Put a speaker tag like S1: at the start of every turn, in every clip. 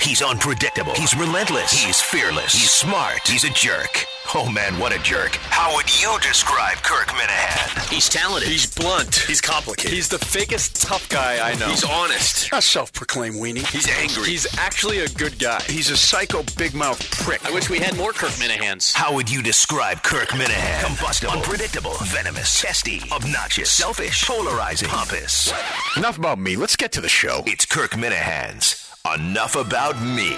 S1: He's unpredictable. He's relentless. He's fearless. He's smart. He's a jerk. Oh man, what a jerk. How would you describe Kirk Minahan?
S2: He's talented.
S3: He's blunt.
S2: He's complicated.
S3: He's the fakest tough guy I know.
S2: He's honest.
S3: A self-proclaimed weenie.
S2: He's angry.
S3: He's actually a good guy.
S2: He's a psycho big mouth prick.
S3: I wish we had more Kirk Minahans.
S1: How would you describe Kirk Minahan? Combustible, unpredictable, venomous, chesty, obnoxious, selfish, polarizing, pompous.
S2: Enough about me. Let's get to the show. It's Kirk Minahan's Enough About Me.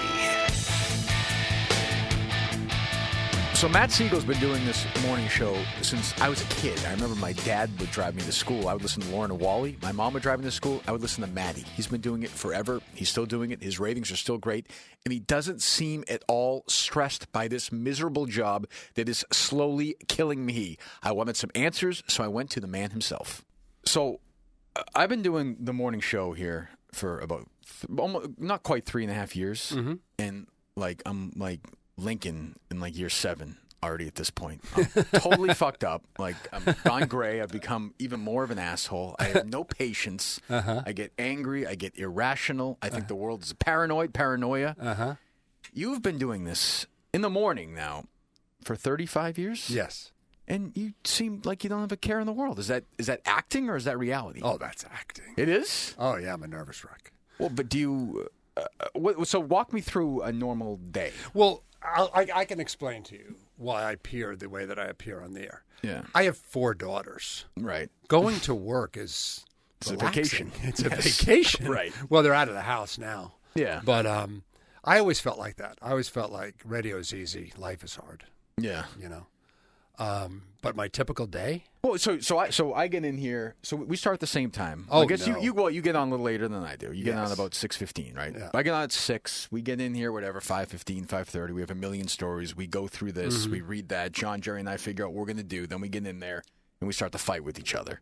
S4: So Matt Siegel's been doing this morning show since I was a kid. I remember my dad would drive me to school. I would listen to Lauren and Wally. My mom would drive me to school. I would listen to Maddie. He's been doing it forever. He's still doing it. His ratings are still great. And he doesn't seem at all stressed by this miserable job that is slowly killing me. I wanted some answers, so I went to the man himself. So uh, I've been doing the morning show here for about th- almost, not quite three and a half years. And like, I'm like Lincoln in like year seven already at this point. I'm totally fucked up. Like, I'm gone gray. I've become even more of an asshole. I have no patience. I get angry. I get irrational. I think the world is paranoid, paranoia. Uh-huh. You've been doing this in the morning now for 35 years?
S5: Yes.
S4: And you seem like you don't have a care in the world. Is that is that acting or is that reality?
S5: Oh, that's acting.
S4: It is.
S5: Oh yeah, I'm a nervous wreck.
S4: Well, but do you? Uh, uh, what, so walk me through a normal day.
S5: Well, I'll, I, I can explain to you why I appear the way that I appear on the air.
S4: Yeah.
S5: I have four daughters.
S4: Right.
S5: Going to work is
S4: It's a
S5: relaxing.
S4: vacation.
S5: It's a
S4: Yes.
S5: vacation.
S4: Right.
S5: Well, they're out of the house now.
S4: Yeah.
S5: But um, I always felt like that. I always felt like radio's easy, life is hard.
S4: Yeah.
S5: You know. Um, but my typical day.
S4: Well, so so I so I get in here. So we start at the same time.
S5: Oh,
S4: I guess
S5: no.
S4: you you well you get on a little later than I do. You get on
S5: Yes.
S4: about six fifteen, right?
S5: Yeah.
S4: I get on at six. We get in here whatever 5.15, 5.30. We have a million stories. We go through this.
S5: Mm-hmm.
S4: We read that. John, Jerry, and I figure out what we're gonna do. Then we get in there and we start to fight with each other.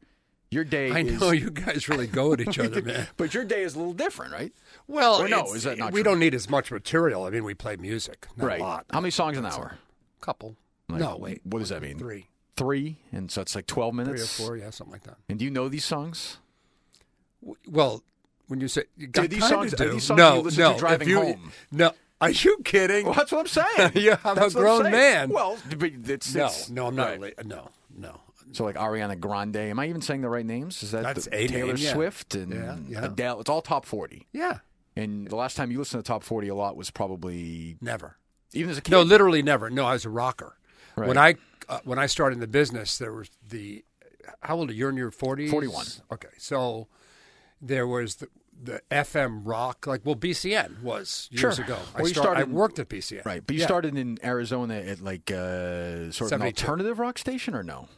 S4: Your day,
S5: I
S4: is,
S5: know you guys really go at each other, man.
S4: but your day is a little different, right?
S5: Well,
S4: Or no,
S5: it's-
S4: is that not
S5: we
S4: true?
S5: don't need as much material. I mean, we play music, not
S4: right.
S5: a lot.
S4: How many songs an hour?
S5: couple.
S4: Like,
S5: no, wait.
S4: What does that mean?
S5: Three.
S4: Three, and so it's like twelve
S5: Three or
S4: minutes.
S5: four, yeah, something like that.
S4: And do you know these songs?
S5: W- Well, when you say you
S4: Do
S5: got
S4: these
S5: time
S4: songs-
S5: to
S4: are
S5: do,
S4: these songs
S5: no,
S4: you listen to
S5: no,
S4: driving
S5: if you,
S4: home?
S5: No, are you kidding?
S4: Well, that's what I'm saying.
S5: Yeah, I'm a
S4: That's what
S5: grown
S4: saying.
S5: man.
S4: Well, but it's,
S5: No,
S4: it's-
S5: no, I'm not.
S4: right.
S5: Really, no, no.
S4: So like Ariana Grande. Am I even saying the right names? Is that
S5: That's
S4: the,
S5: a
S4: Taylor
S5: name, yeah.
S4: Swift and
S5: Yeah, yeah.
S4: Adele? It's all top forty.
S5: Yeah,
S4: And the last time you listened to top forty a lot was probably
S5: never.
S4: even as a kid.
S5: No, literally never. No, I was a rocker. When I
S4: Right.
S5: uh, when I started in the business, there was the how old are you? You're in your forties.
S4: 41.
S5: Okay, so there was the the FM rock, like well, BCN was years
S4: Sure.
S5: ago. I,
S4: Well, you
S5: start- I
S4: started-
S5: worked at BCN.
S4: right, but you
S5: Yeah.
S4: started in Arizona at like uh, sort of an
S5: 72.
S4: alternative rock station or no?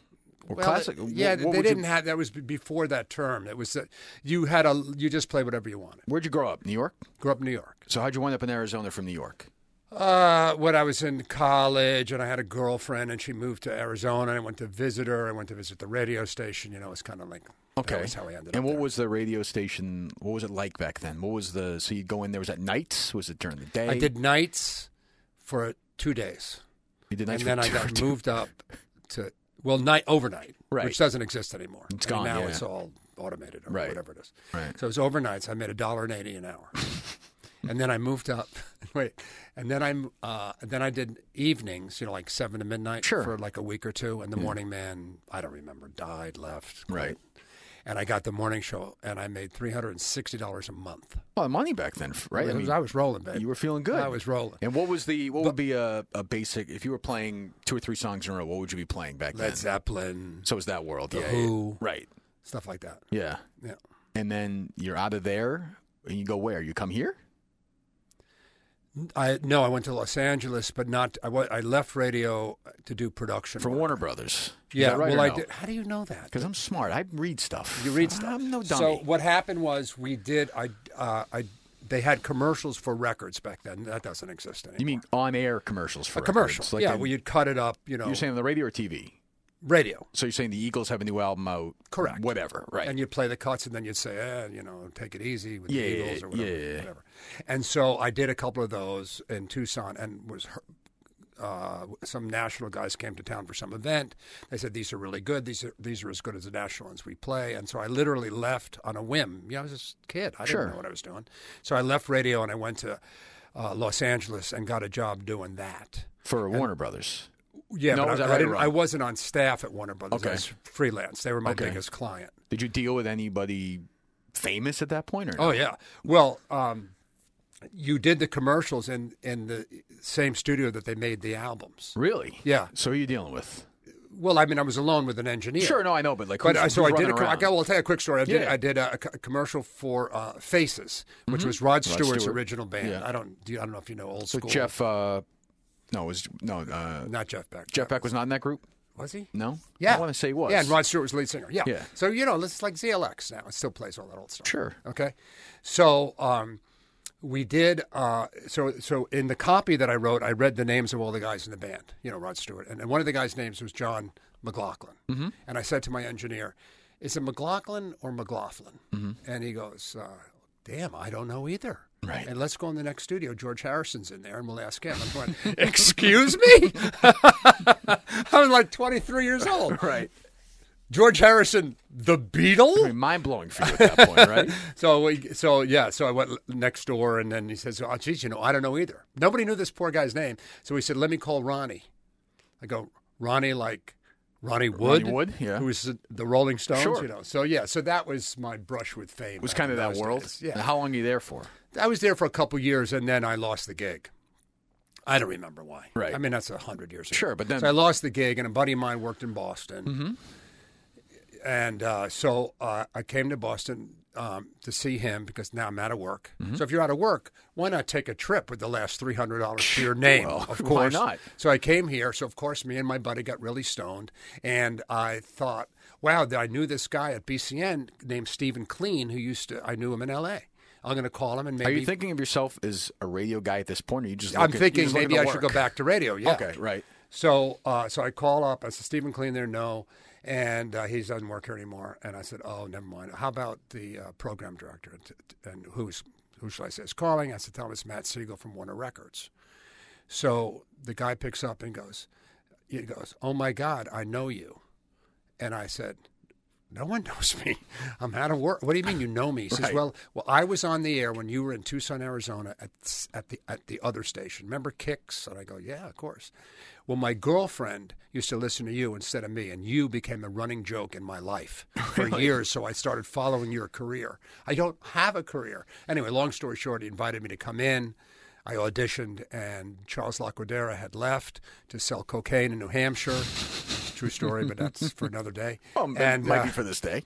S4: Or
S5: Well,
S4: classic?
S5: it- yeah,
S4: What- what
S5: they
S4: would you-
S5: didn't have that. Was b- before that term. It was that you had a you just play whatever you wanted.
S4: where'd you grow up? New York.
S5: Grew up in New York.
S4: So how'd you wind up in Arizona from New York?
S5: Uh, when I was in college, and I had a girlfriend, and she moved to Arizona. and I went to visit her. I went to visit the radio station. You know, it's kind of like
S4: Okay,
S5: That was how I ended
S4: and
S5: up.
S4: what
S5: there.
S4: was the radio station? What was it like back then? What was the? So you'd go in there. Was it nights? Was it during the day?
S5: I did nights for two days,
S4: You did nights
S5: and then
S4: for
S5: I
S4: two-
S5: got
S4: two-
S5: moved up to well night overnight,
S4: Right.
S5: which doesn't exist anymore.
S4: It's
S5: I
S4: gone,
S5: mean, now.
S4: yeah.
S5: It's all automated or
S4: Right.
S5: whatever it is.
S4: Right.
S5: So it was overnights. I made a dollar and eighty an hour, and then I moved up. Wait, and then I'm uh, and then I did evenings. You know, like seven to midnight
S4: Sure.
S5: for like a week or two. And the morning man, I don't remember, died, left,
S4: Right.
S5: And I got the morning show, and I made three hundred and sixty dollars a month.
S4: Well, money back then, f- right?
S5: I,
S4: I
S5: was,
S4: mean,
S5: I was rolling, baby.
S4: you were feeling good.
S5: I was rolling.
S4: And what was the what would be a, a basic if you were playing two or three songs in a row? What would you be playing back then?
S5: Led Zeppelin,
S4: So is that world?
S5: The
S4: yeah,
S5: Who.
S4: yeah. right?
S5: stuff like that.
S4: Yeah,
S5: Yeah.
S4: and then you're out of there, and you go where? You come here?
S5: I no, I went to Los Angeles, but not. I, wa- I left radio to do production
S4: from
S5: work.
S4: Warner Brothers?
S5: Yeah,
S4: right
S5: well, I did. How do you know that?
S4: because I'm smart. I read stuff.
S5: You read stuff.
S4: I'm no dummy.
S5: So what happened was we did. I uh, I They had commercials for records back then. That doesn't exist anymore.
S4: You mean on air commercials for
S5: a commercial?
S4: records, Like
S5: yeah,
S4: in-
S5: well, you'd cut it up. You know,
S4: you're saying on the radio or TV?
S5: radio.
S4: So you're saying the Eagles have a new album out?
S5: Correct.
S4: Whatever. Right.
S5: And you play the cuts, and then you'd say, eh, you know, take it easy with
S4: Yeah,
S5: the Eagles or whatever,
S4: yeah, yeah.
S5: whatever. And so I did a couple of those in Tucson, and was uh, some national guys came to town for some event. They said these are really good. These are these are as good as the national ones we play. And so I literally left on a whim. Yeah, I was a kid. I
S4: Sure.
S5: didn't know what I was doing. So I left radio and I went to uh, Los Angeles and got a job doing that.
S4: for Warner Brothers.
S5: Yeah,
S4: No,
S5: but
S4: was
S5: I,
S4: that right
S5: I,
S4: or
S5: didn't,
S4: wrong?
S5: I wasn't on staff at Warner Brothers.
S4: Okay.
S5: I was freelance. They were my
S4: Okay.
S5: biggest client.
S4: Did you deal with anybody famous at that point? Or no?
S5: Oh yeah. Well, um, you did the commercials in in the same studio that they made the albums.
S4: really?
S5: Yeah.
S4: So who are you dealing with?
S5: Well, I mean, I was alone with an engineer.
S4: Sure. No, I know, but like,
S5: But
S4: who's,
S5: uh, so I
S4: who's
S5: did. A,
S4: running
S5: co- I
S4: around?
S5: got, well, I'll tell you a quick story. I did.
S4: Yeah. Mm-hmm.
S5: I did a, co- commercial for uh, Faces, which was Rod Stewart's
S4: Stewart.
S5: original band.
S4: Yeah.
S5: I don't. Do you, I don't know if you know old
S4: So
S5: school.
S4: Jeff. Uh, no, it was no. Uh,
S5: not Jeff Beck.
S4: Jeff Beck was not in that group.
S5: was he?
S4: No.
S5: Yeah,
S4: I want to say he was.
S5: Yeah, and Rod Stewart was lead singer. Yeah.
S4: Yeah.
S5: So you know, it's like ZLX now. It still plays all that old stuff.
S4: Sure.
S5: Okay. So um, we did. Uh, so so in the copy that I wrote, I read the names of all the guys in the band. You know, Rod Stewart, and, and one of the guys' names was John McLaughlin. Mm-hmm. And I said to my engineer, "Is it McLaughlin or McLaughlin?" And he goes, uh, "Damn, I don't know either."
S4: Mm-hmm. Right.
S5: And let's go in the next studio. George Harrison's in there, and we'll ask him. I'm going, "Excuse me." I'm like 23 years old.
S4: Right.
S5: George Harrison, the Beatle.
S4: Mind blowing for you at that point, right?
S5: So we, so yeah, so I went l- next door, and then he says, "Oh, geez, you know, I don't know either. Nobody knew this poor guy's name." So he said, "Let me call Ronnie." I go, "Ronnie, like Ronnie Wood,
S4: Wood, yeah.
S5: who was the Rolling Stones,
S4: Sure.
S5: you know." So yeah, so that was my brush with fame.
S4: It was kind of that world.
S5: Yeah,
S4: How long are you there for?
S5: I was there for a couple years, and then I lost the gig. I don't remember why.
S4: Right.
S5: I mean, that's a hundred years ago.
S4: Sure, but then-
S5: So I lost the gig, and a buddy of mine worked in Boston,
S4: Mm-hmm.
S5: and uh, so uh, I came to Boston um, to see him because now I'm out of work.
S4: Mm-hmm.
S5: So if you're out of work, why not take a trip with the last three hundred dollars to your name?
S4: Well,
S5: of
S4: why
S5: course
S4: not?
S5: So I came here. So of course, me and my buddy got really stoned, and I thought, wow, I knew this guy at BCN named Stephen Clean, who used to I knew him in L.A. I'm going to call him and maybe
S4: Are you thinking of yourself as a radio guy at this point? Or you just
S5: I'm
S4: looking- you're
S5: thinking
S4: just looking
S5: maybe I
S4: to
S5: should go
S4: work?
S5: back to radio. Yeah.
S4: Okay, right.
S5: So, uh, so I call up. I said, Stephen Clean there, no. And uh, he doesn't work here anymore. And I said, oh, never mind. How about the uh, program director? And, and who's, who should I say is calling? I said, tell him it's Matt Siegel from Warner Records. So the guy picks up and goes, he goes, oh my God, I know you. And I said, no one knows me. I'm out of work. What do you mean you know me? He says,
S4: Right.
S5: well, well, I was on the air when you were in Tucson, Arizona at, s- at, the, at the other station. Remember Kicks? And I go, yeah, of course. Well, my girlfriend used to listen to you instead of me, and you became a running joke in my life for years. So I started following your career. I don't have a career. Anyway, long story short, he invited me to come in. I auditioned, and Charles Lacordaire had left to sell cocaine in New Hampshire. True story, but that's for another day.
S4: Well,
S5: and
S4: Oh, might
S5: uh,
S4: be for this day.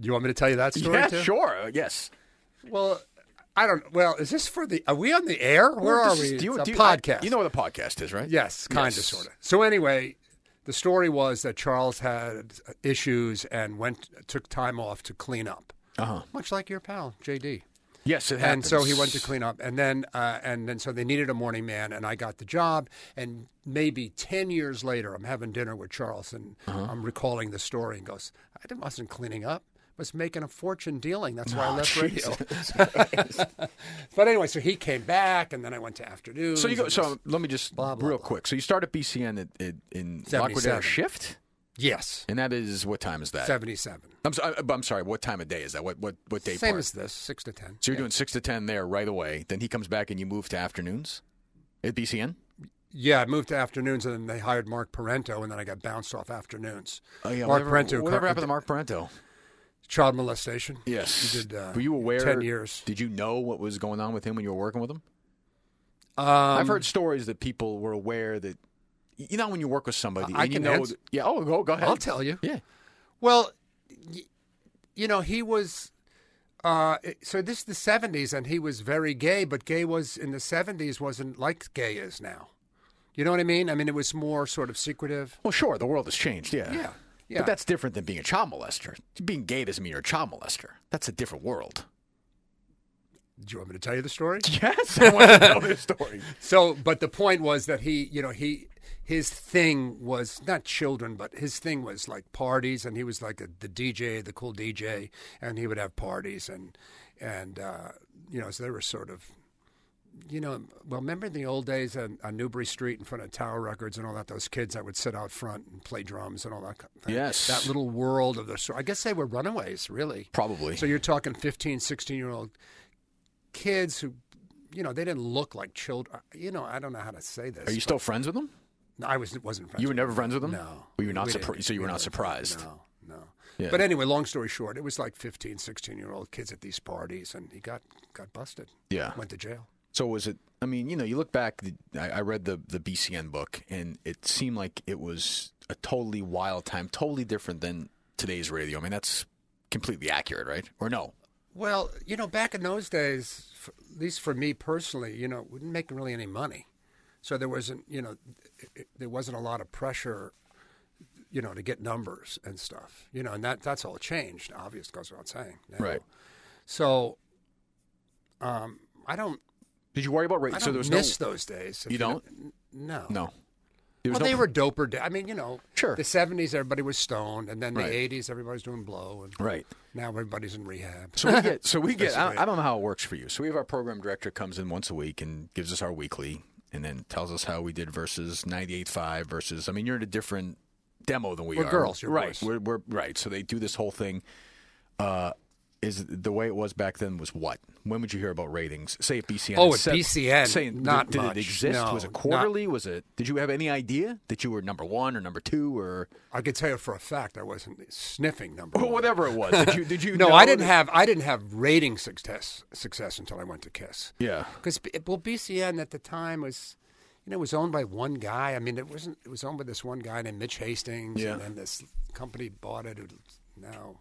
S5: do you want me to tell you that story
S4: Yeah,
S5: too?
S4: sure. uh, Yes.
S5: Well, I don't. Well, is this for the? Are we on the air? Where
S4: Well,
S5: are
S4: this
S5: we?
S4: is- do you-
S5: it's a
S4: do you- I-
S5: podcast.
S4: you know what a podcast is, right?
S5: Yes, kind of,
S4: Yes.
S5: sort of. So anyway, the story was that Charles had issues and went took time off to clean up, uh-huh. much like your pal JD.
S4: Yes, it
S5: And
S4: happens.
S5: so he went to clean up, and then uh, and then so they needed a morning man, and I got the job. And maybe ten years later, I'm having dinner with Charles, and
S4: Uh-huh.
S5: I'm recalling the story, and goes, "I wasn't cleaning up; I was making a fortune dealing. That's why I left radio." but anyway, so he came back, and then I went to afternoon.
S4: So you go. So let me just
S5: Blah, blah,
S4: real
S5: blah.
S4: quick. So you start at BCN at, at, in
S5: 77.
S4: Lockwood shift,
S5: yes,
S4: and that is what time is that?
S5: seventy-seven,
S4: I'm, so, I- I'm sorry. What time of day is that? What what what day?
S5: same
S4: part?
S5: as this, six to ten.
S4: So you're doing six to ten there right away. Then he comes back and you move to afternoons at BCN.
S5: Yeah, I moved to afternoons, and then they hired Mark Parento, and then I got bounced off afternoons. Mark
S4: Oh, whatever,
S5: Parento.
S4: Whatever happened to Mark Parento?
S5: Child molestation.
S4: Yes.
S5: He did. Uh,
S4: Were you aware?
S5: Ten years.
S4: Did you know what was going on with him when you were working with him?
S5: Um,
S4: I've heard stories that people were aware that. You know when you work with somebody,
S5: I
S4: and you
S5: can
S4: know.
S5: answer-
S4: that- yeah. Oh, go go ahead.
S5: I'll tell you.
S4: Yeah.
S5: Well, y- you know, he was. Uh, it- so this is the '70s, and he was very gay, but gay was in the '70s wasn't like gay is now. You know what I mean? I mean, it was more sort of secretive.
S4: Well, sure, the world has changed. Yeah.
S5: Yeah, yeah.
S4: But that's different than being a child molester. Being gay doesn't mean you're a child molester. That's a different world.
S5: Do you want me to tell you the story?
S4: Yes, I want to know this story.
S5: So, but the point was that he, you know, he his thing was not children, but his thing was like parties, and he was like a, the DJ, the cool DJ, and he would have parties, and and uh, you know, so they were sort of. You know, well, remember in the old days on, on Newbury Street in front of Tower Records and all that? Those kids that would sit out front and play drums and all that. kind of thing?
S4: Yes.
S5: That little world of the sort. I guess they were runaways, really.
S4: Probably.
S5: So you're talking 15, 16 year old kids who, you know, they didn't look like children. You know, I don't know how to say this.
S4: Are you still friends with them?
S5: No, I was wasn't friends.
S4: You were
S5: with
S4: never friends with them?
S5: them. No.
S4: Were you not
S5: We didn't.
S4: surprised? So you were
S5: We
S4: not
S5: didn't.
S4: surprised.
S5: No, no.
S4: Yeah.
S5: But anyway, long story short, it was like 15, 16 year old kids at these parties, and he got got busted.
S4: Yeah.
S5: Went to jail.
S4: So was it? I mean, you know, you look back. the- I, I read the the BCN book, and it seemed like it was a totally wild time, totally different than today's radio. I mean, that's completely accurate, right? Or no?
S5: Well, you know, back in those days, f- at least for me personally, you know, we didn't make really any money, so there wasn't, you know, it, it, there wasn't a lot of pressure, you know, to get numbers and stuff, you know, and that that's all changed. Obvious goes without saying. now.
S4: Right.
S5: So, um, I don't.
S4: Did you worry about
S5: I
S4: radio?
S5: don't
S4: So there was
S5: miss
S4: no.
S5: those days. if
S4: You don't?
S5: kn- No.
S4: No. There was
S5: Well,
S4: no-
S5: they were doper. Da- I mean, you know,
S4: Sure.
S5: The seventies, everybody was stoned, and then the
S4: Right.
S5: eighties, everybody's doing blow, and
S4: right.
S5: now everybody's in rehab.
S4: So we get. So we get. I,
S5: Basically.
S4: I don't know how it works for you. So we have our program director comes in once a week and gives us our weekly, and then tells us how we did versus 98.5 versus. I mean, you're in a different demo than we
S5: We're
S4: are.
S5: girls, you're
S4: right?
S5: boys.
S4: We're, we're right. So they do this whole thing. Uh, is the way it was back then was what? When would you hear about ratings? Say at BCN.
S5: Oh, at
S4: Say-
S5: BCN,
S4: say-
S5: not
S4: did,
S5: much.
S4: it exist?
S5: No,
S4: was it
S5: not-
S4: quarterly? was it? Did you have any idea that you were number one or number two or
S5: I can tell you for a fact, I wasn't sniffing number.
S4: or
S5: one.
S4: whatever it was? Did you? Did you
S5: no,
S4: know
S5: I didn't
S4: that-
S5: have. I didn't have rating success success until I went to Kiss.
S4: Yeah.
S5: Because well, BCN at the time was, you know, it was owned by one guy. I mean, it wasn't. It was owned by this one guy named Mitch Hastings,
S4: Yeah.
S5: and then this company bought it. Who now,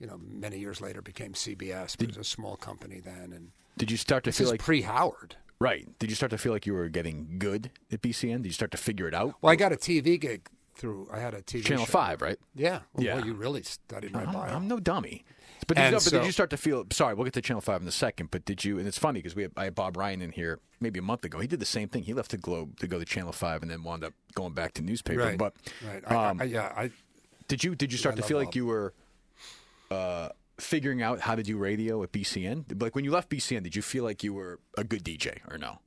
S5: you know, many years later became CBS. But it was a small company then, and
S4: Did you start to
S5: this
S4: feel
S5: is
S4: like
S5: pre Howard.
S4: Right. Did you start to feel like you were getting good at BCN? Did you start to figure it out?
S5: Well, I got a TV gig through. I had a TV
S4: Channel
S5: show.
S4: Five, right?
S5: Yeah. Well,
S4: Yeah.
S5: you really studied my
S4: I'm,
S5: bio.
S4: I'm no dummy. But did, you,
S5: And
S4: but did
S5: so-
S4: you start to feel? Sorry, we'll get to Channel Five in a second. But did you? And it's funny because we had, I had Bob Ryan in here maybe a month ago. He did the same thing. He left the Globe to go to Channel Five, and then wound up going back to newspaper.
S5: right.
S4: But
S5: right. I,
S4: um,
S5: I, yeah. I.
S4: did you? Did you start
S5: I
S4: to
S5: love
S4: feel like
S5: Bob.
S4: you were uh, figuring out how to do radio at BCN? Like when you left BCN, did you feel like you were a good DJ or no?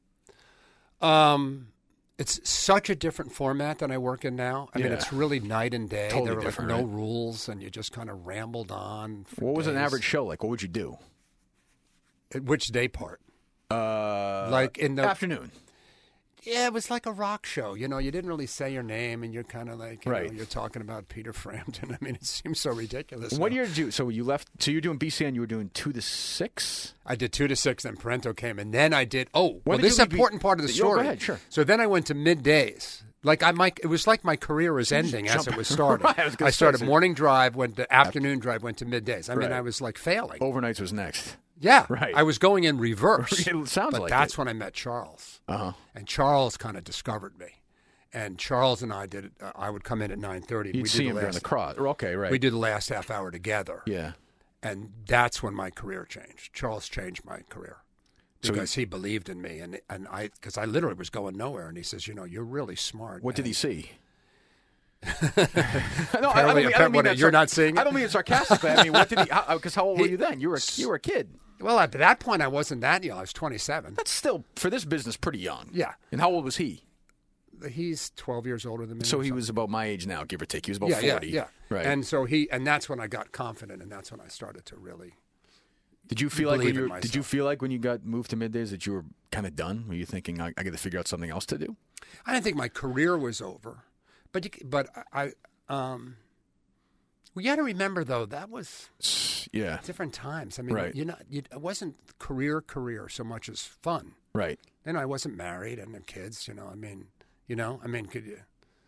S5: Um, it's such a different format than I work in now. I mean,
S4: Yeah.
S5: it's really night and day.
S4: Totally
S5: there were like
S4: different,
S5: no
S4: right?
S5: rules, and you just kind of rambled on. for
S4: What was an
S5: days.
S4: average show like? What would you do?
S5: At Which day part?
S4: Uh,
S5: Like in the-
S4: afternoon.
S5: Yeah, it was like a rock show. You know, you didn't really say your name, and you're kind of like, you
S4: Right.
S5: know, you're talking about Peter Frampton. I mean, it seems so ridiculous.
S4: What
S5: now.
S4: year did you? So you left. So you're doing BCN. You were doing two to six.
S5: I did two to six, then Parento came, and then I did. Oh, well,
S4: did
S5: this
S4: you
S5: is
S4: leave
S5: an
S4: be-
S5: important part of the
S4: Yo, go
S5: story.
S4: ahead, sure.
S5: So then I went to middays. Like I, my, it was like my career was ending as it
S4: jump-
S5: was starting.
S4: Right, I was gonna say,
S5: started
S4: so-
S5: morning drive, went to afternoon drive, went to middays. I mean,
S4: Right.
S5: I was like failing.
S4: Overnights was next.
S5: yeah,
S4: right.
S5: I was going in reverse.
S4: It sounds
S5: but
S4: like
S5: that's
S4: it.
S5: when I met Charles,
S4: Uh huh.
S5: and Charles kind of discovered me. And Charles and I did. Uh, I would come in at nine thirty.
S4: You'd see him during the cross. Or, Okay, right.
S5: We did the last half hour together
S4: Yeah.
S5: and that's when my career changed. Charles changed my career
S4: So
S5: because he, believed in me, and and I because I literally was going nowhere, and he says, you know, you're really smart.
S4: What did he
S5: man."
S4: see? no,
S5: Apparently, apparent- what-
S4: that
S5: you're
S4: sarc-
S5: not seeing
S4: I
S5: it?
S4: don't mean it sarcastically. I mean, what did he? Because how, old were you then? You were a, you were a kid.
S5: Well, at that point, I wasn't that young. I was 27.
S4: That's still for this business pretty young.
S5: Yeah.
S4: And how old was he?
S5: He's 12 years older than me.
S4: So
S5: or
S4: he
S5: something.
S4: was about my age now, give or take. He was about
S5: yeah,
S4: forty.
S5: yeah, yeah.
S4: Right.
S5: And so he, and that's when I got confident, and that's when I started to really.
S4: Did you feel like when
S5: Believe in
S4: you were- did you
S5: myself.
S4: feel like when you got moved to middays that you were kind of done? Were you thinking I, I got to figure out something else to do?
S5: I didn't think my career was over, but you, c- but I, um, well, you got to remember though that was
S4: Yeah.
S5: different times. I mean,
S4: Right.
S5: you're not. You, it wasn't career, career so much as fun.
S4: Right.
S5: Then I wasn't married and have kids. You know, I mean, you know, I mean, could you?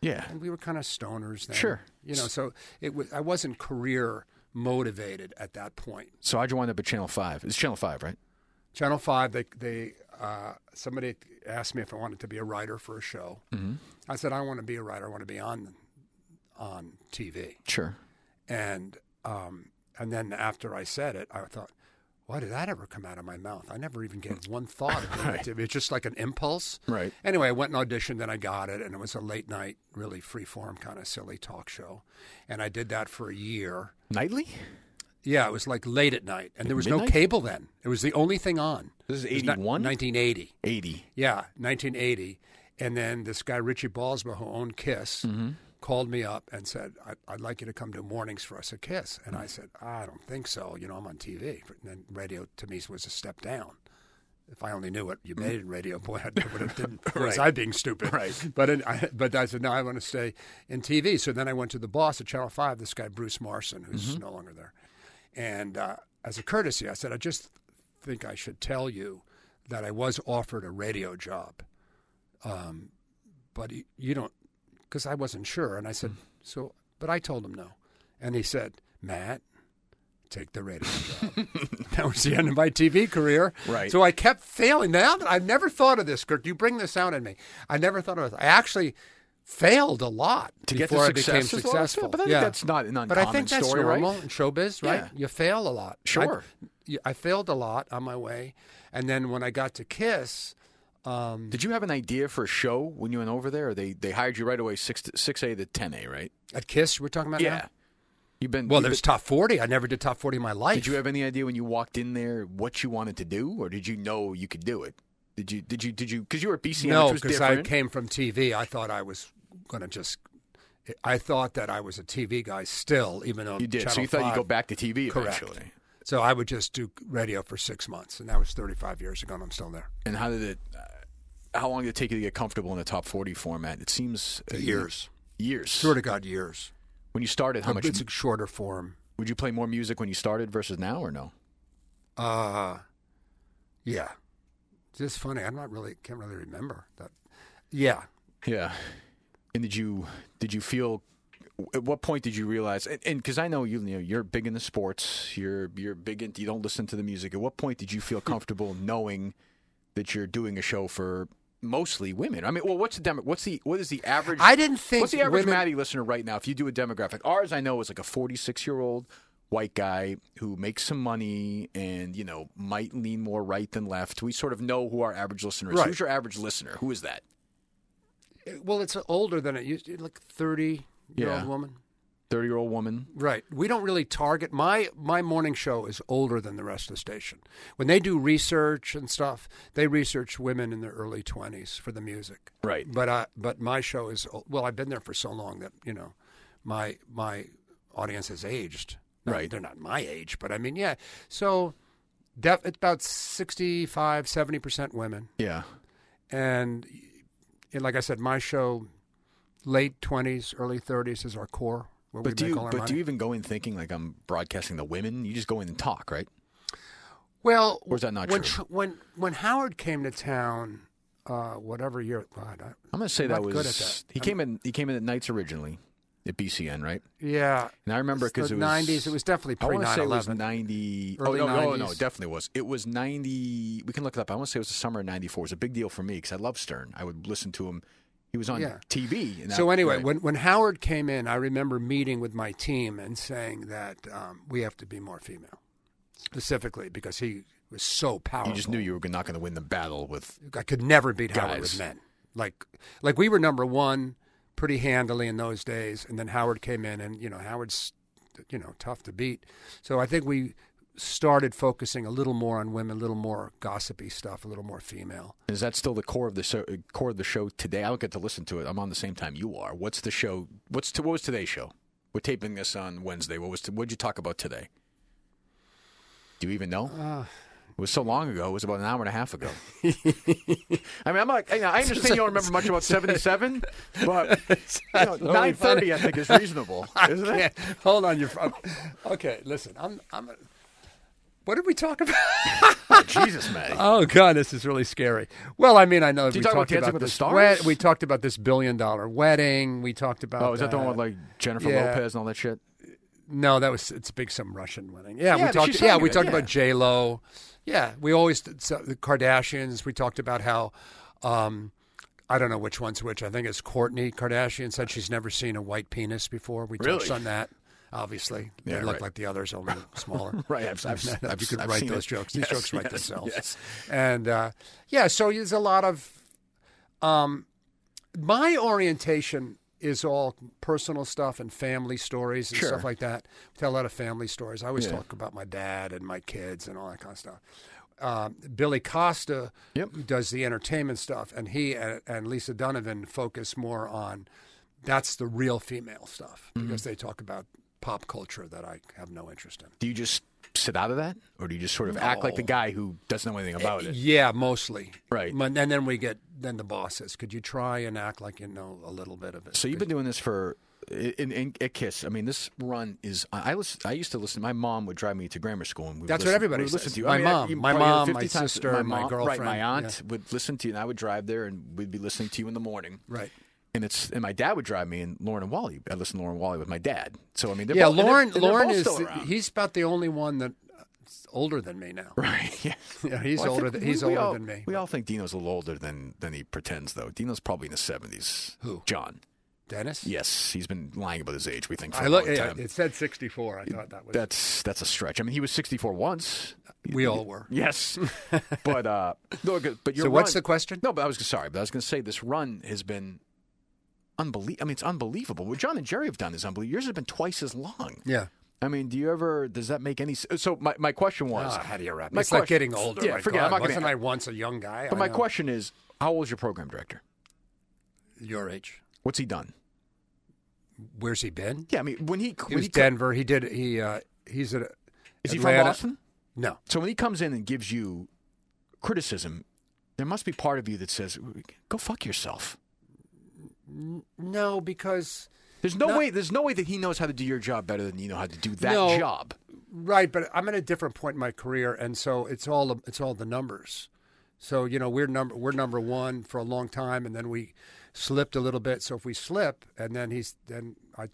S4: Yeah.
S5: And we were kind of stoners then.
S4: Sure.
S5: You know, so it was. I wasn't career motivated at that point.
S4: So how'd you wind up at Channel Five? It's Channel Five, right?
S5: Channel Five. They they uh, somebody asked me if I wanted to be a writer for a show. Mm-hmm. I said I want to be a writer. I want to be on on TV.
S4: Sure.
S5: and um, and then after I said it, I thought, why did that ever come out of my mouth? I never even gave one thought. Of it. It was just like an impulse.
S4: Right.
S5: Anyway, I went and auditioned, then I got it, and it was a late night, really free form kind of silly talk show, and I did that for a year.
S4: Nightly?
S5: Yeah, it was like late at night, and there was
S4: midnight?
S5: no cable then. It was the only thing on.
S4: This is
S5: It was not-
S4: 81?
S5: 1980.
S4: 80.
S5: Yeah, 1980. And then this guy, Richie Balsma, who owned Kiss, called me up and said, I- I'd like you to come do mornings for us at Kiss. And I said, I don't think so. You know, I'm on TV. And then radio to me was a step down. If I only knew what you made in radio, boy, I would have didn't. Or was I being stupid? Right. But in, I, but I said no, I want to stay in TV. So then I went to the boss at Channel Five, this guy Bruce Marson, who's no longer there. And uh, as a courtesy, I said, I just think I should tell you that I was offered a radio job. Um, but y- you don't, because I wasn't sure. And I said,
S4: Mm.
S5: so, but I told him no. And he said, Matt, take the radio job. that was the end of my TV career.
S4: Right.
S5: So I kept failing. Now that I've never thought of this, Kirk, you bring this out in me. I never thought of it. I actually failed a lot
S4: To get to
S5: before
S4: success
S5: I became
S4: is a lot of
S5: successful.
S4: stuff, but I think that's not an
S5: But I
S4: uncommon
S5: think that's
S4: story, right?
S5: normal in showbiz, right?
S4: Yeah.
S5: You fail a lot.
S4: Sure.
S5: I, you- I failed a lot on my way, and then when I got to Kiss,
S4: Did you have an idea for a show when you went over there? Or they they hired you right away, six to, six a to ten a, right?
S5: at Kiss, we're talking about now?
S4: You've been
S5: Well,
S4: you've
S5: there's
S4: been-
S5: top forty. I never did top forty in my life.
S4: Did you have any idea when you walked in there what you wanted to do, or did you know you could do it? Did you did you did you because you were at BCM?
S5: no,
S4: which was
S5: because I
S4: different.
S5: came from TV. I thought I was going to just. I thought that I was a TV guy still, even though
S4: You did, so
S5: Channel
S4: you thought you'd
S5: 5
S4: go back to TV
S5: Correct.
S4: eventually.
S5: So I would just do radio for six months, and that was 35 years ago, and I'm still there.
S4: And how did it? Uh, how long did it take you to get comfortable in the top forty format? It seems uh,
S5: Years.
S4: Years.
S5: Swear to God, years.
S4: When you started, how much
S5: It's a shorter form.
S4: would you play more music when you started versus now, or no?
S5: Uh, yeah. Just funny. I'm not really can't really remember that. Yeah.
S4: Yeah. And did you did you feel at what point did you realize and because I know you, you know you're big into sports, you're you're big into you don't listen to the music. At what point did you feel
S5: Hmm.
S4: comfortable knowing that you're doing a show for mostly women? I mean, well, what's the demo, what's the what is the average
S5: I didn't think
S4: What's the average
S5: women-
S4: Maddie listener right now if you do a demographic? Ours I know is like a 46-year-old white guy who makes some money and, you know, might lean more right than left. We sort of know who our average listener is.
S5: Right.
S4: Who's your average listener? Who is that?
S5: It- Well, it's older than it used to like 30 year
S4: Yeah.
S5: old woman.
S4: 30-year-old woman.
S5: Right. We don't really target my my morning show is older than the rest of the station. When they do research and stuff, they research women in their early 20s for the music.
S4: Right.
S5: But I but my show is o- well, I've been there for so long that, you know, my my audience has aged. Not-
S4: Right.
S5: They're not my age, but I mean, yeah. So def, it's about 65, 70% women.
S4: Yeah.
S5: And, and like I said, my show, late 20s, early 30s is our core. Where we
S4: But do
S5: make
S4: you
S5: all our
S4: but
S5: money.
S4: do you even go in thinking like I'm broadcasting the women? You just go in and talk, right?
S5: Well,
S4: Or is that not
S5: when,
S4: true?
S5: Tr- When when Howard came to town, uh, whatever year, God, I,
S4: I'm gonna say
S5: I'm
S4: that
S5: not
S4: was
S5: good at that.
S4: he
S5: I'm-
S4: came in he came in at nights originally at BCN, right?
S5: yeah,
S4: And I remember
S5: It's
S4: because
S5: the
S4: it was
S5: 90s. It was definitely
S4: I wanna say it was
S5: pre-9/11.
S4: 90.
S5: Early
S4: oh no, no, no,
S5: 90s.
S4: it definitely was. It was 90. We can look it up. I want to say it was the summer of '94. It was a big deal for me because I love Stern. I would listen to him. He was on
S5: Yeah.
S4: TV. And
S5: So
S4: I-
S5: anyway,
S4: right.
S5: when when Howard came in, I remember meeting with my team and saying that um, we have to be more female, specifically because he was so powerful.
S4: you just knew you were not going to win the battle with
S5: I could never beat
S4: Guys.
S5: Howard with men. Like like we were number one pretty handily in those days, and then Howard came in, and you know Howard's you know tough to beat. So I think we started focusing a little more on women, a little more gossipy stuff, a little more female.
S4: Is that still the core of the show, core of the show today? I don't get to listen to it. I'm on the same time you are. What's the show? What's to, what was today's show? We're taping this on Wednesday. What was to, what did you talk about today? Do you even know?
S5: Uh.
S4: it was so long ago. It was about an hour and a half ago. I mean, I'm like, I I understand you don't remember much about '77, but you know, 9:30 I think is reasonable, isn't it?
S5: hold on, you're okay. Listen, I'm I'm. what did we talk about?
S4: Jesus, man.
S5: Oh God, this is really scary. Well, I mean, I know
S4: Did you
S5: we
S4: talk about
S5: talked
S4: Dancing
S5: about
S4: with the
S5: this
S4: Stars?
S5: wed- we talked about this billion-dollar wedding. We talked about
S4: Oh, is that the one with like Jennifer
S5: Yeah.
S4: Lopez and all that shit?
S5: No, that was it's big some Russian wedding.
S4: Yeah,
S5: Yeah, we
S4: but she
S5: talked.
S4: sang
S5: Yeah,
S4: in
S5: we
S4: it,
S5: talked
S4: yeah.
S5: about J Lo. Yeah, we always did so, the Kardashians. We talked about how um, I don't know which one's which. I think it's Courtney Kardashian said she's never seen a white penis before. We touched
S4: Really?
S5: on that. obviously.
S4: Yeah,
S5: they look
S4: right.
S5: like the others, only smaller.
S4: Right, I've- I've-
S5: If
S4: I've-
S5: you could
S4: I've
S5: write
S4: seen
S5: those
S4: it.
S5: jokes. These
S4: Yes,
S5: jokes write
S4: yes,
S5: themselves.
S4: yes.
S5: And uh, yeah, so there's a lot of. Um, my orientation is all personal stuff and family stories and
S4: Sure.
S5: stuff like that. We tell a lot of family stories. I always
S4: Yeah.
S5: talk about my dad and my kids and all that kind of stuff. Um, Billy Costa
S4: Yep.
S5: does the entertainment stuff, and he and, and Lisa Donovan focus more on that's the real female stuff because
S4: Mm-hmm.
S5: they talk about pop culture that I have no interest in.
S4: Do you just sit out of that, or do you just sort of act like the guy who doesn't know anything about it?
S5: Yeah, mostly.
S4: Right.
S5: And then we get then the boss says, "Could you try and act like you know a little bit of it?"
S4: So you've been doing this for in, in, at Kiss. I mean, this run is. I I, listen, I used to listen. My mom would drive me to grammar school, and we would
S5: That's what
S4: listen-
S5: everybody
S4: we would listen
S5: says.
S4: to you.
S5: My
S4: I mean, I-
S5: mom,
S4: you
S5: my
S4: probably heard
S5: mom,
S4: 50
S5: my
S4: times-
S5: sister, my
S4: mom-
S5: girlfriend,
S4: right, my aunt
S5: yeah.
S4: would listen to you, and I would drive there, and we'd be listening to you in the morning.
S5: right.
S4: And it's and my dad would drive me, and Lauren and Wally. I listened to Lauren and Wally with my dad. So I mean, they're
S5: yeah,
S4: both- and they're-
S5: Lauren.
S4: and they're
S5: Lauren
S4: both
S5: is
S4: still
S5: the-
S4: around.
S5: he's about the only one that's older than me now.
S4: right. Yeah.
S5: Yeah, he's
S4: Well, I
S5: older.
S4: think
S5: Than, he's
S4: we- we
S5: older
S4: all-
S5: than me.
S4: We all think Dino's a little older than than he pretends, though. Dino's probably in the seventies.
S5: Who?
S4: John.
S5: Dennis.
S4: Yes, he's been lying about his age. We think for
S5: I
S4: a
S5: look.
S4: long
S5: Yeah,
S4: time.
S5: it said sixty-four. I thought that was.
S4: that's that's a stretch. I mean, he was sixty four once.
S5: we all were.
S4: Yes, but uh, no, good- but your
S5: So what's
S4: run-
S5: the question?
S4: No, but I was sorry, but I was going to say this run has been unbelievable. I mean, it's unbelievable. What John and Jerry have done is unbelievable. Yours has been twice as long.
S5: Yeah.
S4: I mean, do you ever? Does that make any? s- So my, my question was,
S5: Ah, how do you wrap?
S4: My
S5: it's like
S4: question-
S5: getting older.
S4: Yeah,
S5: my
S4: forget. it.
S5: God,
S4: I'm not gonna-
S5: wasn't I once a young guy?
S4: But
S5: I
S4: my
S5: know.
S4: question is, how old is your program director?
S5: Your age.
S4: What's he done?
S5: Where's he been?
S4: Yeah, I mean, when he
S5: He
S4: when
S5: was
S4: he co-
S5: Denver. He did. He uh, he's at.
S4: is he
S5: Atlanta.
S4: from Boston?
S5: No.
S4: So when he comes in and gives you criticism, there must be part of you that says, "Go fuck yourself."
S5: No, because
S4: There's no,
S5: No.
S4: way. There's no way that he knows how to do your job better than you know how to do that
S5: No.
S4: job.
S5: right, but I'm at a different point in my career, and so it's all it's all the numbers. So you know we're number we're number one for a long time, and then we slipped a little bit. So if we slip, and then he's then I,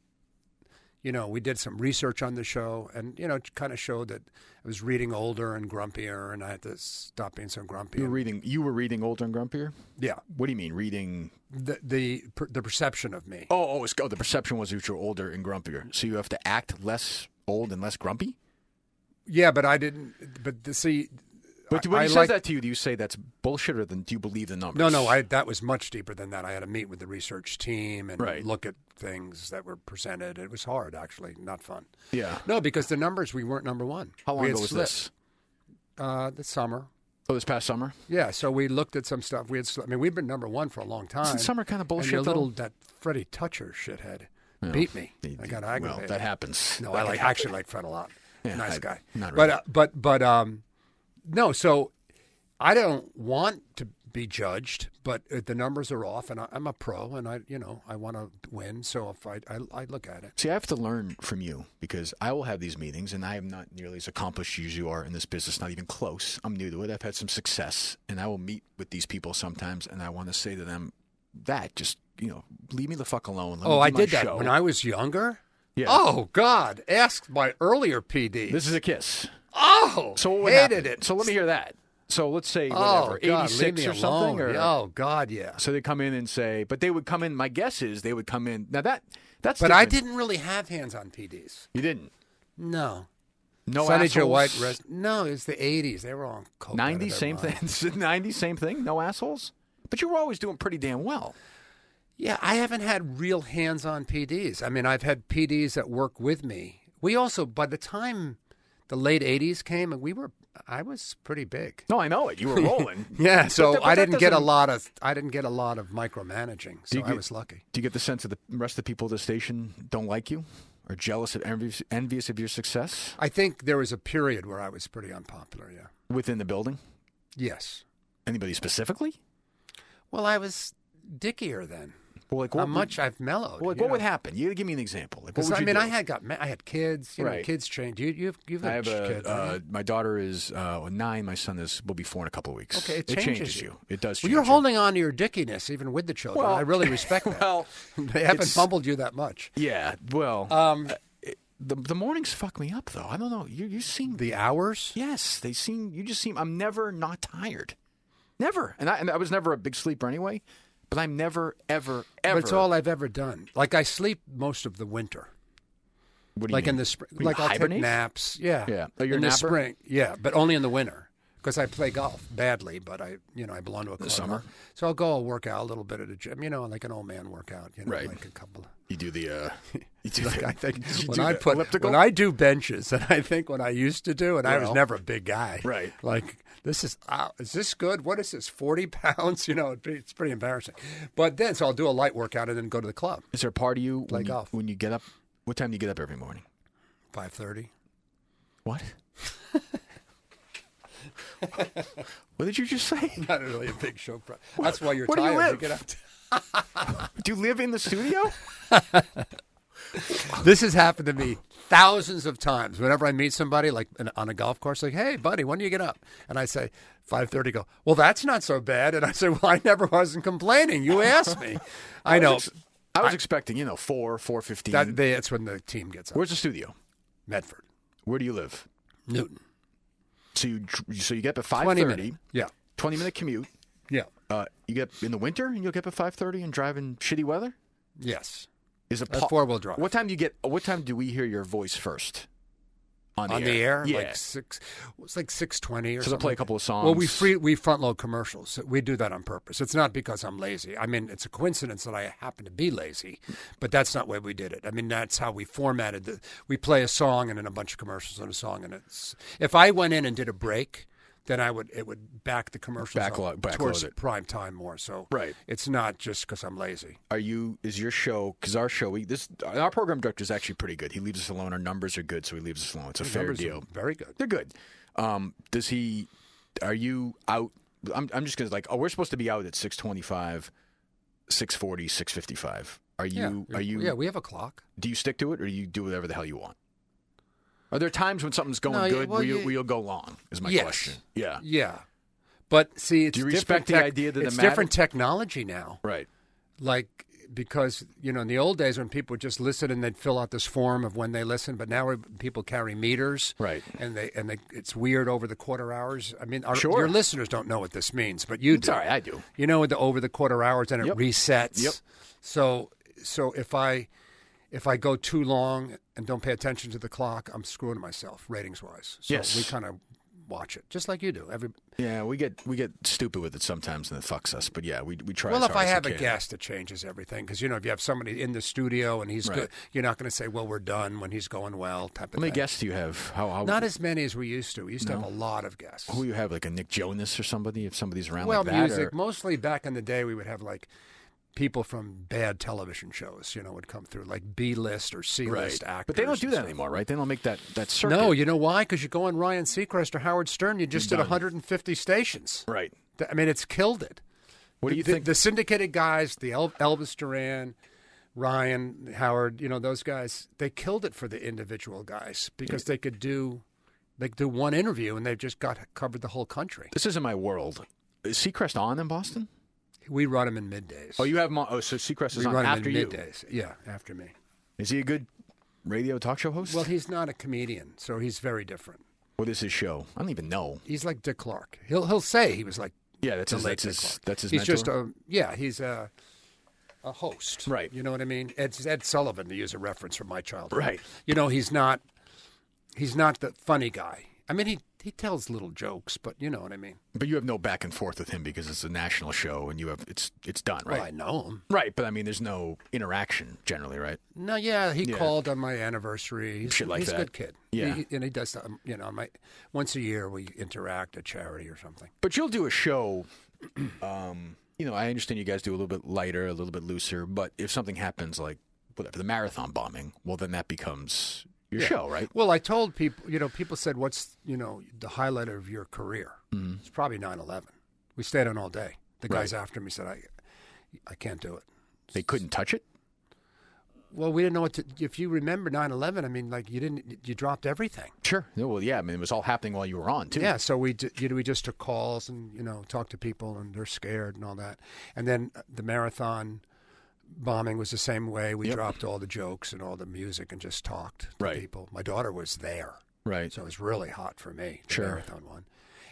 S5: you know, we did some research on the show, and you know, it kind of showed that I was reading older and grumpier, and I had to stop being so grumpy.
S4: You were reading. You were reading older and grumpier.
S5: yeah,
S4: What do you mean reading?
S5: the the per, the perception of me.
S4: Oh, oh, it's, oh, the perception was that you're older and grumpier, so you have to act less old and less grumpy.
S5: Yeah, but I didn't. But the, see,
S4: But
S5: I-
S4: when
S5: I
S4: he says
S5: like-
S4: that to you, do you say that's bullshit, or then do you believe the numbers?
S5: No, no, I, that was much deeper than that. I had to meet with the research team and
S4: Right.
S5: look at things that were presented. It was hard, actually, not fun.
S4: Yeah.
S5: No, because the numbers we weren't number one.
S4: How long
S5: we had
S4: ago was
S5: slipped,
S4: this?
S5: Uh, the summer.
S4: Oh, this past summer.
S5: Yeah, so we looked at some stuff. We had, sli- I mean, we've been number one for a long time.
S4: summer kinda bullshit,
S5: And your little
S4: though?
S5: that Freddie Toucher shithead beat me. I got
S4: Well,
S5: aggravated.
S4: that happens.
S5: No,
S4: That
S5: I
S4: can
S5: like
S4: happen.
S5: actually like Fred a lot.
S4: Yeah,
S5: nice
S4: I-
S5: guy.
S4: not
S5: But
S4: really.
S5: uh, but but um, no. So I don't want to be judged, but if the numbers are off, and I, I'm a pro, and I you know I want to win. So if I, I I look at it,
S4: See, I have to learn from you because I will have these meetings, and I am not nearly as accomplished as you are in this business. Not even close. I'm new to it. I've had some success, and I will meet with these people sometimes, and I want to say to them, "That just you know, leave me the fuck alone." Let me do
S5: oh,
S4: my
S5: I did that
S4: show."
S5: when I was younger.
S4: Yeah.
S5: Oh God! Ask my earlier PD.
S4: This is a kiss.
S5: oh,
S4: So what would
S5: hated
S4: happen?
S5: it.
S4: So let me hear that. So let's say
S5: Oh
S4: whatever,
S5: God, leave
S4: 86
S5: me
S4: or
S5: alone.
S4: something, or
S5: oh God, yeah.
S4: so they come in and say, but they would come in. My guess is they would come in. Now that that's
S5: But I
S4: different.
S5: didn't really have hands-on PDs.
S4: You didn't.
S5: No.
S4: No
S5: Sonny Joe White.
S4: assholes?
S5: Rest- no, it's the '80s. They were all coke out of
S4: 90
S5: their
S4: same
S5: mind.
S4: thing 90 same thing no assholes but you were always doing pretty damn well
S5: Yeah, I haven't had real hands-on PDs. I mean, I've had PDs that work with me. We also, by the time the late '80s came, and we were, I was pretty big.
S4: no i know it you were rolling
S5: Yeah, so
S4: that- but
S5: I
S4: that
S5: didn't get a
S4: doesn't-
S5: lot of, I didn't get a lot of micromanaging. So
S4: you
S5: I
S4: get-
S5: was lucky.
S4: do you get the sense that the rest of the people at the station don't like you or jealous of envious, envious of your success
S5: I think there was a period where I was pretty unpopular. Yeah.
S4: within the building
S5: Yes.
S4: anybody specifically
S5: Well, I was dickier then.
S4: well like
S5: How much I've mellowed.
S4: well, like,
S5: you
S4: what would
S5: know?
S4: happen you give me an example like, what
S5: Because
S4: would
S5: I
S4: you
S5: mean,
S4: do?
S5: I had got, ma- I had kids. You know,
S4: Right.
S5: kids change. You, you've, you've
S4: I
S5: had
S4: have a
S5: kids.
S4: uh,
S5: haven't you?
S4: my daughter is uh, nine. My son is will be four in a couple of weeks.
S5: Okay, it
S4: changes,
S5: changes you.
S4: you. It does.
S5: Well,
S4: Change
S5: you're
S4: you.
S5: holding on to your dickiness even with the children.
S4: Well,
S5: I really respect that.
S4: well,
S5: they haven't
S4: it's-
S5: bumbled you that much.
S4: Yeah. Well,
S5: Um,
S4: the the mornings fuck me up though. I don't know. You you seem
S5: the hours?
S4: Yes, they seem. You just seem. I'm never not tired, never. And I, and I was never a big sleeper anyway. But I'm never, ever, ever.
S5: But it's all I've ever done. Like I sleep most of the winter.
S4: What do you
S5: like in
S4: mean?
S5: the spring.
S4: What do you
S5: Like I'll
S4: hibernate?
S5: take naps. Yeah.
S4: Yeah. Oh, you're a
S5: in the
S4: napper?
S5: spring. Yeah, but only in the winter because I play golf badly. But I, you know, I belong to a club.
S4: summer?
S5: so I'll go. I'll work out a little bit at a gym. You know, like an old man workout. You know,
S4: Right.
S5: like a couple. Of,
S4: You do the. Uh, you do
S5: like
S4: the
S5: I think
S4: you
S5: when
S4: do
S5: I
S4: the
S5: put
S4: elliptical?
S5: when I do benches, and I think when I used to do, and I was
S4: Well.
S5: never a big guy,
S4: Right.
S5: Like this is uh, is this good? What is this? Forty pounds? You know, it'd be, it's pretty embarrassing. But then, so I'll do a light workout and then go to the club
S4: Is there a part of you when,
S5: Play
S4: you
S5: golf.
S4: when you get up? What time do you get up every morning?
S5: five thirty.
S4: What? what did you just say?
S5: Not really a big show. Pro- That's why you're
S4: where do you
S5: tired.
S4: live?
S5: get up.
S4: Do you live in the studio?
S5: This has happened to me thousands of times. Whenever I meet somebody, like in- on a golf course, like, "Hey, buddy, when do you get up?" And I say, 5.30, go, "Well, that's not so bad." And I say, "Well, I never wasn't complaining. You asked me." I know.
S4: I was expecting, you know, four, four fifteen.
S5: That, they, that's when the team gets up.
S4: Where's the studio?
S5: Medford,
S4: Where do you live?
S5: Newton,
S4: So you dr- so you get up at five
S5: 20
S4: thirty.
S5: minute. Yeah,
S4: 20 minute commute.
S5: yeah,
S4: Uh, you get up in the winter and you'll get up at 5:30 and drive in shitty weather?
S5: yes.
S4: Is it
S5: A four-wheel drive.
S4: What time do you get uh, what time do we hear your voice first?
S5: On the air,
S4: Yeah.
S5: like six. It's like six twenty or
S4: So they'll
S5: something.
S4: play a
S5: like
S4: couple of
S5: that. Well, we
S4: songs.
S5: free we front load commercials. We do that on purpose. It's not because I'm lazy. I mean, it's a coincidence that I happen to be lazy, but that's not why we did it. I mean, that's how we formatted. The, we play a song and then a bunch of commercials on a song, and it's if I went in and did a break. Then I would it would back the commercials up
S4: Backlog- backload
S5: towards
S4: it.
S5: prime time more. So
S4: Right.
S5: it's not just because I'm lazy.
S4: Are you is your show cuz our show we this our program director is actually pretty good. He leaves us alone. Our numbers are good, so he leaves us alone. It's a fair
S5: Numbers are
S4: deal.
S5: Very good.
S4: They're good. Um, does he are you out I'm I'm just going to like oh we're supposed to be out at 6:25, 6:40, 6:55. Are you
S5: yeah.
S4: are you
S5: Yeah, we have a clock.
S4: do you stick to it or do you do whatever the hell you want? Are there times when something's going
S5: No, yeah,
S4: good
S5: well,
S4: where, you,
S5: you-
S4: where you'll go long? Is my
S5: Yes.
S4: question. Yeah.
S5: Yeah. But see, it's
S4: Uh, Do you
S5: different
S4: respect the
S5: tech-
S4: idea that it
S5: it's different technology now.
S4: Right.
S5: Like because you know in the old days when people would just listen and they'd fill out this form of when they listen, but now people carry meters,
S4: Right.
S5: And they and they, it's weird over the quarter hours. I mean, our,
S4: Sure.
S5: your listeners don't know what this means, but you
S4: It's
S5: do.
S4: all right, I do.
S5: You know, with the over the quarter hours, and it
S4: Yep.
S5: resets.
S4: Yep.
S5: So so if I if I go too long and don't pay attention to the clock, I'm screwing myself ratings wise. So
S4: Yes.
S5: we kind of watch it just like you do. Every
S4: Yeah, we get we get stupid with it sometimes and it fucks us. But yeah, we we try.
S5: Well,
S4: as
S5: if
S4: hard
S5: I
S4: as
S5: have
S4: we
S5: a
S4: can.
S5: guest, it changes everything because you know if you have somebody in the studio and he's
S4: Right.
S5: good, you're not going to say, "Well, we're done" when he's going well. Type
S4: how
S5: of
S4: many
S5: thing.
S4: guests do you have? How, how
S5: uh, Not as many as we used to. We used to have a lot of guests.
S4: who you have like a Nick Jonas or somebody if somebody's around
S5: well,
S4: like that.
S5: music
S4: or-
S5: mostly. Back in the day, we would have like people from bad television shows. You know, would come through like B list or C
S4: right.
S5: list actors.
S4: But they don't do
S5: and
S4: that
S5: stuff.
S4: anymore, right? They don't make that that circuit.
S5: No, you know why? Because you go on Ryan Seacrest or Howard Stern, you just
S4: You're
S5: did
S4: done.
S5: 150 stations.
S4: right.
S5: Th- I mean, it's killed it.
S4: What do
S5: The-
S4: you
S5: the,
S4: think?
S5: The syndicated guys, the El- Elvis Duran, Ryan Howard, you know those guys, they killed it for the individual guys because they could do, they could do one interview and they've just got covered the whole country.
S4: this isn't my world. Is Seacrest on in Boston?
S5: We run them in middays.
S4: Oh, you have him on. Oh, so Seacrest
S5: we
S4: is on
S5: run
S4: after
S5: him
S4: you.
S5: in middays. Yeah, after me.
S4: Is he a good radio talk show host?
S5: Well, he's not a comedian, so he's very different.
S4: what is his show? I don't even know.
S5: He's like Dick Clark. He'll he'll say he was like
S4: Yeah, that's
S5: the
S4: his.
S5: late
S4: That's
S5: Dick
S4: his.
S5: Clark.
S4: That's his.
S5: He's
S4: mentor.
S5: just a yeah. He's a a host,
S4: Right.
S5: You know what I mean? It's Ed Sullivan to use a reference from my childhood,
S4: Right.
S5: You know, he's not he's not the funny guy. I mean, he he tells little jokes, but you know what I mean.
S4: But you have no back and forth with him because it's a national show and you have it's it's done, right?
S5: Well, I know him.
S4: Right, but I mean there's no interaction generally, right?
S5: No, yeah, he
S4: Yeah.
S5: called on my anniversary. He's,
S4: Shit like
S5: he's
S4: that.
S5: a good kid.
S4: Yeah.
S5: He- and he does that. You know, my once a year we interact at charity or something.
S4: But you'll do a show um you know, I understand you guys do a little bit lighter, a little bit looser, but if something happens like whatever the marathon bombing, well then that becomes your show, right?
S5: Well, I told people, you know, people said, "What's you know the highlight of your career?"
S4: Mm-hmm.
S5: It's probably 9/11. We stayed on all day. The guys after me said, "I, I can't do it."
S4: They couldn't touch it?
S5: Well, we didn't know what to. If you remember 9/11, I mean, like you didn't, you dropped everything.
S4: Sure. No, well yeah, I mean it was all happening while you were on too.
S5: Yeah, so we d- you know, we just took calls and you know talked to people and they're scared and all that. And then uh, the marathon bombing was the same way. We
S4: Yep.
S5: dropped all the jokes and all the music and just talked to
S4: Right.
S5: people. My daughter was there.
S4: Right.
S5: So it was really hot for me, the
S4: Sure.
S5: marathon one.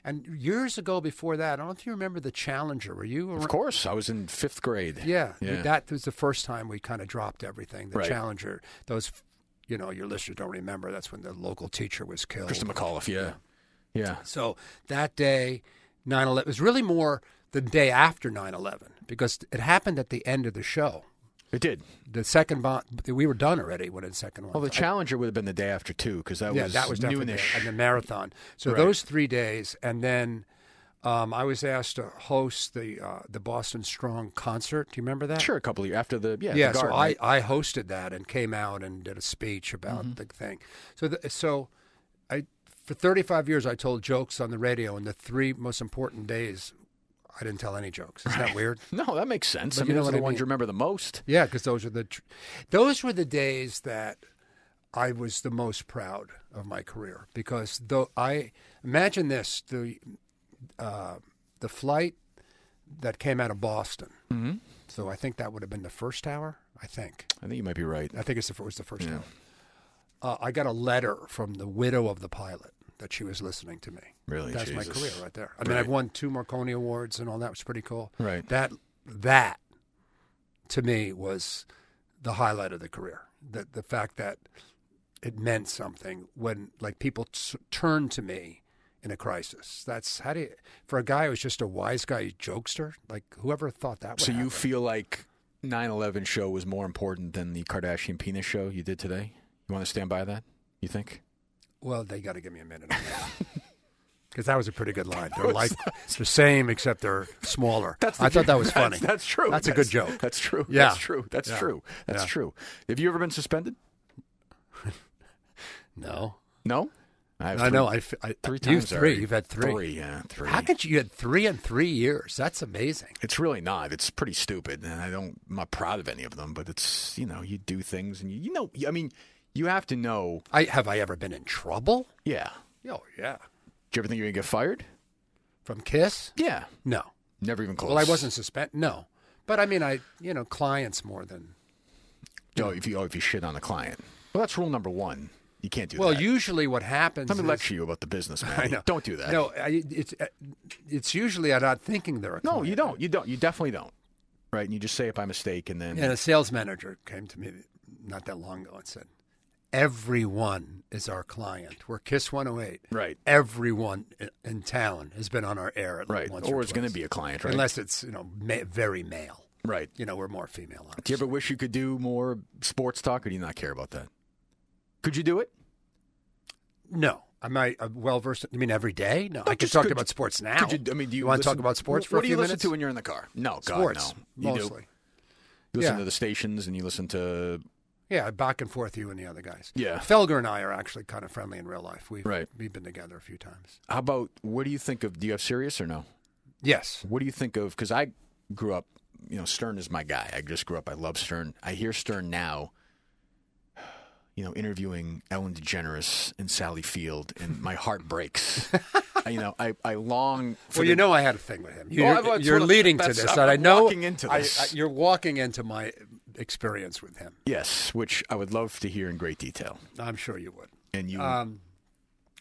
S5: And years ago before that, I don't know if you remember the Challenger. Were you
S4: of
S5: around?
S4: course. I was in fifth grade.
S5: Yeah,
S4: Yeah.
S5: that was the first time we kind of dropped everything. The
S4: Right.
S5: Challenger, those you know, your listeners don't remember. That's when the local teacher was killed.
S4: Krista McAuliffe, yeah. Yeah.
S5: So that day, 9 11 was really more the day after 9 11 because it happened at the end of the show.
S4: It did.
S5: The second bomb, we were done already when the second one.
S4: Well, the Challenger would have been the day after, too, because that,
S5: yeah,
S4: was
S5: that was
S4: new
S5: definitely
S4: ish.
S5: and the marathon. So
S4: Right.
S5: those three days, and then um, I was asked to host the uh, the Boston Strong concert. Do you remember that?
S4: Sure, a couple of years after the. Yeah,
S5: Yeah,
S4: the
S5: so
S4: Garden,
S5: I,
S4: right? Mm-hmm.
S5: I hosted that and came out and did a speech about the thing. So the, so I for 35 years I told jokes on the radio and the three most important days I didn't tell any jokes. Isn't that weird?
S4: No, that makes sense. I
S5: But you
S4: mean,
S5: know
S4: those
S5: what
S4: are the
S5: I
S4: ones
S5: mean.
S4: you remember the most.
S5: Yeah, because those were the tr- those were the days that I was the most proud of my career because though I imagine this the uh, the flight that came out of Boston. Mm-hmm. So I think that would have been the first hour. I think
S4: I think you might be right.
S5: I think it's the, fir- it was the first hour. Uh, I got a letter from the widow of the pilot that she was listening to me.
S4: Really?
S5: that's my
S4: Jesus.
S5: career right there. I mean, I've won two Marconi awards and all that was pretty cool.
S4: Right.
S5: That that to me was the highlight of the career. That the fact that it meant something when like people t- turned to me in a crisis. That's how do you for a guy who's just a wise guy jokester like whoever thought that. Would
S4: So you
S5: happen.
S4: feel like 9/11 show was more important than the Kardashian penis show you did today? You want to stand by that? You think?
S5: Well, they got to give me a minute on that. Because that was a pretty good line. They're like it's the same except they're smaller. I thought that was funny.
S4: That's, that's true.
S5: That's, a good joke.
S4: That's true.
S5: Yeah.
S4: That's true. That's
S5: Yeah.
S4: true. That's
S5: Yeah.
S4: true. Have you ever been suspended?
S5: No,
S4: No. have
S5: I
S4: three-
S5: know. I, f- I-
S4: Three
S5: you
S4: times.
S5: three.
S4: already.
S5: You've had three.
S4: Three. Yeah. Three.
S5: How could you? You had three in three years. That's amazing.
S4: It's really not. It's pretty stupid, and I don't. I'm not proud of any of them, but it's you know you do things, and you, you know I mean you have to know.
S5: I have I ever been in trouble?
S4: Yeah.
S5: Oh yeah.
S4: Do you ever think you're gonna get fired?
S5: From Kiss?
S4: Yeah.
S5: No.
S4: Never even close.
S5: Well, I wasn't suspended. No, but I mean, I you know clients more than.
S4: No, if you oh, if you shit on a client. Well, that's rule number one. You can't do
S5: Well,
S4: that.
S5: usually what happens.
S4: let me
S5: is-
S4: lecture you about the business, man.
S5: I know.
S4: Don't do that.
S5: No, I, it's it's usually I'm not thinking they're a
S4: no,
S5: client.
S4: you don't. You don't. You definitely don't. Right? And you just say it by mistake, and then
S5: And a sales manager came to me not that long ago and said, Everyone is our client. We're KISS 108.
S4: Right.
S5: Everyone i- in town has been on our air at
S4: right,
S5: once
S4: or it's going to
S5: twice.
S4: be a client, right?
S5: Unless it's, you know, ma- very male.
S4: right.
S5: You know, we're more female. on
S4: Do you ever wish you could do more sports talk, or do you not care about that? Could you do it?
S5: No. Am I uh, well versed? I mean, every day? No. I could
S4: just
S5: talk
S4: could-
S5: about sports now.
S4: Could you, I mean, do you,
S5: want to
S4: listen-
S5: talk about sports
S4: wh-
S5: for
S4: what
S5: a
S4: do
S5: few
S4: you listen
S5: minutes?
S4: to when you're in the car? No, God,
S5: sports,
S4: no. You do.
S5: mostly.
S4: You listen
S5: Yeah.
S4: to the stations, and you listen to
S5: Yeah, back and forth, you and the other guys.
S4: Yeah.
S5: Felger and I are actually kind of friendly in real life. We've,
S4: Right.
S5: we've been together a few times.
S4: how about what do you think of? Do you have serious or no?
S5: Yes.
S4: What do you think of? Because I grew up, you know, Stern is my guy. I just grew up. I love Stern. I hear Stern now, you know, interviewing Ellen DeGeneres and Sally Field, and my heart breaks. I, you know, I, I long. For
S5: Well,
S4: the-
S5: you know, I had a thing with him. You,
S4: Well,
S5: are
S4: I've- that's
S5: you're
S4: what I-
S5: leading to
S4: that's-
S5: this,
S4: I'm
S5: and I know
S4: walking into
S5: I-
S4: this.
S5: I- you're walking into my experience with him.
S4: Yes, which I would love to hear in great detail.
S5: I'm sure you would.
S4: And you,
S5: Um,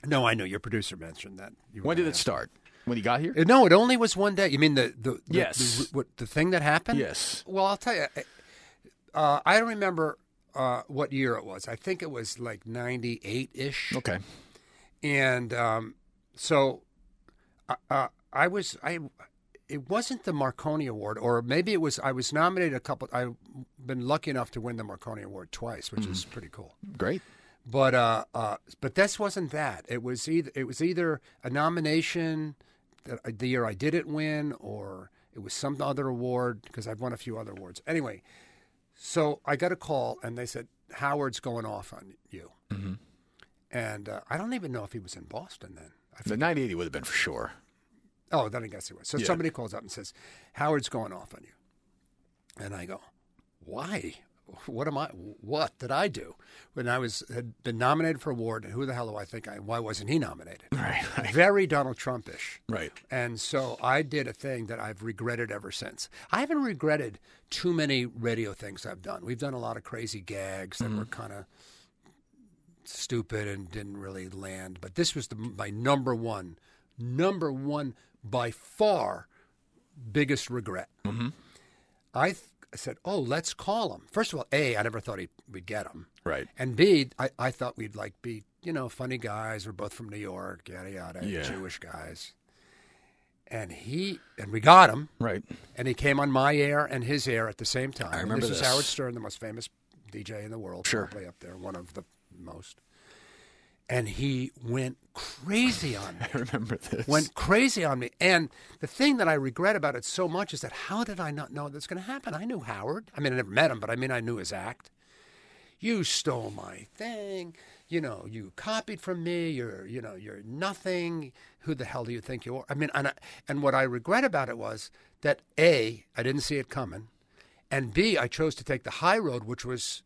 S5: no, I know your producer mentioned that. You
S4: when
S5: were
S4: did it
S5: gonna
S4: start? When he got here?
S5: ask. Uh, No, it only was one day. You mean the the, the
S4: Yes.
S5: the, what, the thing that happened?
S4: Yes.
S5: Well, I'll tell you. I- Uh, I don't remember uh, what year it was. I think it was like '98 ish.
S4: Okay.
S5: and um, so uh, uh, I was I. It wasn't the Marconi Award, or maybe it was. I was nominated a couple. I've been lucky enough to win the Marconi Award twice, which is pretty cool.
S4: Great.
S5: But uh, uh, but this wasn't that. It was either it was either a nomination that the year I didn't win, or it was some other award because I've won a few other awards. Anyway, so I got a call and they said Howard's going off on you, and uh, I don't even know if he was in Boston then. I
S4: The 980 would have been for sure.
S5: Oh, then I guess he was. So
S4: Yeah.
S5: somebody calls up and says, Howard's going off on you. And I go, why? What am I? What did I do? When I was had been nominated for award, who the hell do I think I? Why wasn't he nominated?
S4: Right.
S5: Very Donald Trumpish.
S4: Right.
S5: And so I did a thing that I've regretted ever since. I haven't regretted too many radio things I've done. We've done a lot of crazy gags that were kind of stupid and didn't really land, but this was the, my number one, number one by far biggest regret. I th- I said, "Oh, let's call him." First of all, a I never thought he, we'd get him,
S4: Right.
S5: and b I, I thought we'd like be you know funny guys. We're both from New York, yada yada,
S4: Yeah.
S5: Jewish guys. And he and we got him,
S4: Right.
S5: and he came on my air and his air at the same time.
S4: I
S5: And
S4: remember
S5: this is
S4: this.
S5: Howard Stern, the most famous DJ in the world,
S4: Sure.
S5: probably up there, one of the most. And he went crazy on me
S4: I remember this.
S5: went crazy on me. And the thing that I regret about it so much is that how did I not know that's going to happen? I knew Howard. I mean, I never met him, but I mean, I knew his act. You stole my thing. You know, you copied from me. You're, you know, you're nothing. Who the hell do you think you are? I mean, and I, and what I regret about it was that a I didn't see it coming, and b I chose to take the high road, which was,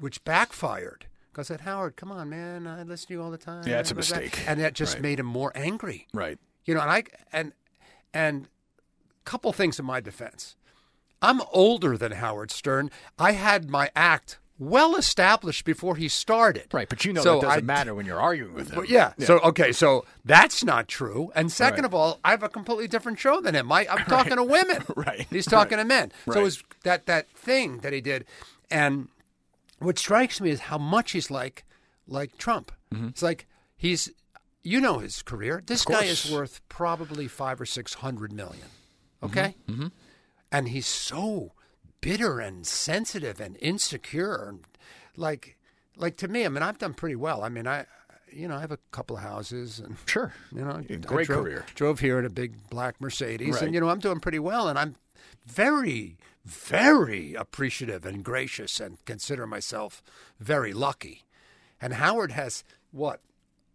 S5: which backfired. Because I said, Howard, come on, man, I listen to you all the time.
S4: Yeah, it's a
S5: blah, blah, blah."
S4: mistake.
S5: And that just
S4: Right.
S5: made him more angry
S4: right.
S5: you know, and I and and couple things in my defense. I'm older than Howard Stern. I had my act well established before he started.
S4: Right. But you know
S5: So
S4: that doesn't
S5: I-
S4: matter when you're arguing with him.
S5: But yeah, So okay. So that's not true. And second
S4: Right.
S5: of all, I have a completely different show than him. I, I'm talking to women.
S4: Right.
S5: He's talking to men. So
S4: Right.
S5: it was that that thing that he did, and what strikes me is how much he's like like Trump. It's like he's you know his career. This guy is
S4: course.
S5: worth probably five or six hundred million. Okay. Mm-hmm. And he's so bitter and sensitive and insecure and like like to me, I mean I've done pretty well. I mean I you know, I have a couple of houses and
S4: Sure.
S5: you know,
S4: Yeah,
S5: I
S4: great
S5: drove,
S4: career.
S5: Drove here in a big black Mercedes,
S4: Right.
S5: and you know I'm doing pretty well, and I'm very, very appreciative and gracious, and consider myself very lucky. And Howard has what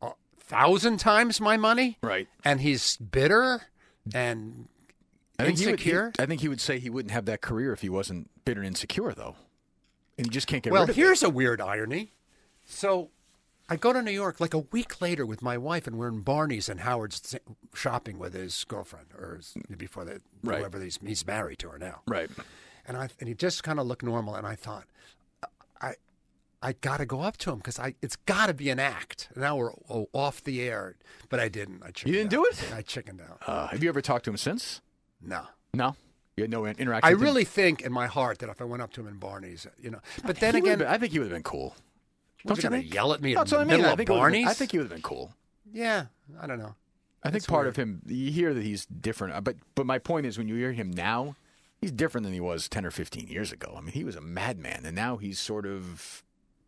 S5: a thousand times my money,
S4: Right.
S5: And he's bitter and
S4: I think, he would, he-
S5: insecure.
S4: I think he would say he wouldn't have that career if he wasn't bitter and insecure, though. And you just can't get
S5: well,
S4: rid of
S5: here's a weird irony. So I go to New York like a week later with my wife, and we're in Barney's, and Howard's s- shopping with his girlfriend, or his, before that,
S4: Right.
S5: whoever he's, he's married to her now.
S4: it. Right.
S5: And I and he just kind of looked normal, and I thought, I, I got to go up to him because I it's got to be an act. Now we're o- off the air, but I didn't. I chickened
S4: didn't
S5: out.
S4: do it?
S5: I chickened out.
S4: Uh, have you ever talked to him since?
S5: No.
S4: No. You had no in- interaction.
S5: I
S4: with him?
S5: really think in my heart that if I went up to him in Barney's, uh, you know, but then
S4: He would've
S5: again,
S4: been- I think he would have been cool. Don't
S5: was he
S4: you
S5: gonna
S4: think?
S5: yell at me in
S4: That's
S5: the
S4: what I mean.
S5: middle
S4: I
S5: of
S4: think it would've been- I
S5: Barney's?
S4: think he would have been cool.
S5: yeah, I don't know.
S4: I think
S5: That's
S4: part of
S5: weird.
S4: him, you hear that he's different, uh, but but my point is when you hear him now, he's different than he was ten or fifteen years ago. I mean, he was a madman, and now he's sort of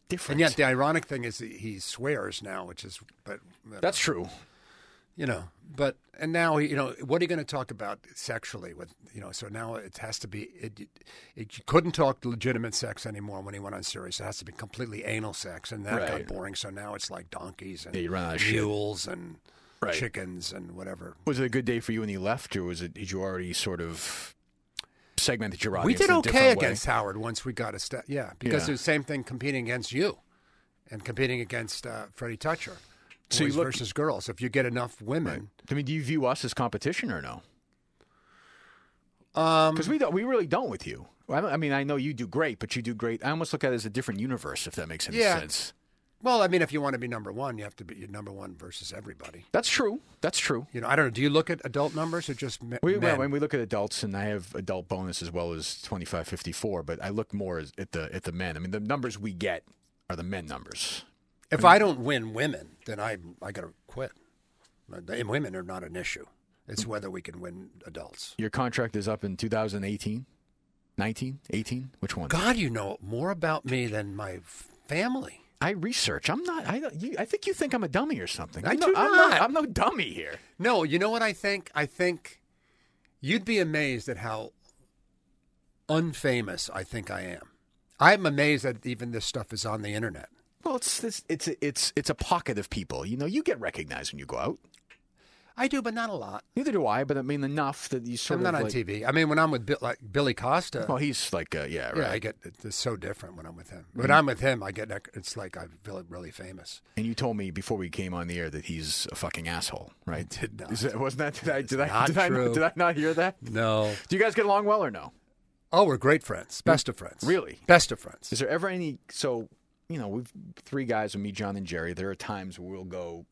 S4: different.
S5: And yet, the ironic thing is that he swears now, which is, but
S4: that's true.
S5: you know, but and now you know what are you going to talk about sexually with you know? So now it has to be it. it you couldn't talk legitimate sex anymore when he went on serious. It has to be completely anal sex, and that
S4: Right.
S5: got boring. So now it's like donkeys and
S4: Yeah, you run out of shit.
S5: mules and
S4: Right.
S5: chickens and whatever.
S4: Was it a good day for you when he left, or was it did you already sort of segmented your audience?
S5: we did
S4: in a
S5: okay
S4: different way?
S5: against Howard once we got a step. Yeah, because
S4: Yeah.
S5: it was the same thing competing against you and competing against uh, Freddie Toucher.
S4: So you
S5: Boys
S4: look-
S5: versus girls. If you get enough women,
S4: I mean, do you view us as competition or no?
S5: um,
S4: Because we don't, we really don't with you. I, don't- I mean, I know you do great, but you do great. I almost look at it as a different universe, if that makes any
S5: Yeah.
S4: sense.
S5: well, I mean, if you want to be number one, you have to be your number one versus everybody.
S4: That's true. That's true.
S5: You know, I don't know. Do you look at adult numbers or just me-
S4: We,
S5: men?
S4: well, when we look at adults, and I have adult bonus as well as twenty five fifty four, but I look more as- at the at the men. I mean, the numbers we get are the men numbers.
S5: if I don't win women, then I I gotta quit. But the- women are not an issue.
S4: Mm-hmm.
S5: It's whether we can win adults.
S4: Your contract is up in 2018, 19, 18? Which one?
S5: God, you know more about me than my family.
S4: I research. I'm not. I, don't- you, I think you think I'm a dummy or something.
S5: I
S4: I'm no,
S5: do
S4: I'm
S5: not.
S4: I'm no dummy here.
S5: No, you know what I think? I think you'd be amazed at how unfamous I think I am. I'm amazed that even this stuff is on the internet.
S4: Well, it's this. It's it's it's a pocket of people. You know, you get recognized when you go out.
S5: I do, but not a lot.
S4: Neither do I, but I mean enough that you sort
S5: I'm
S4: of
S5: not on
S4: like-
S5: TV. I mean, when I'm with Bill, like Billy Costa,
S4: Well, he's like, uh, yeah, right. Mm-hmm.
S5: Yeah, I get it's so different when I'm with him. When I'm with him, I get it's like I feel really famous.
S4: And you told me before we came on the air that he's a fucking asshole, right?
S5: did not.
S4: Is that, wasn't that? Did I? Did I?
S5: not
S4: Did I,
S5: true.
S4: did I not hear that?
S5: No.
S4: Do you guys get along well or no?
S5: Oh, we're great friends. Best of friends.
S4: Mm-hmm. Really?
S5: Best of friends.
S4: Is there ever any? So you know, we've three guys with me, John, and Jerry. There are times where we'll go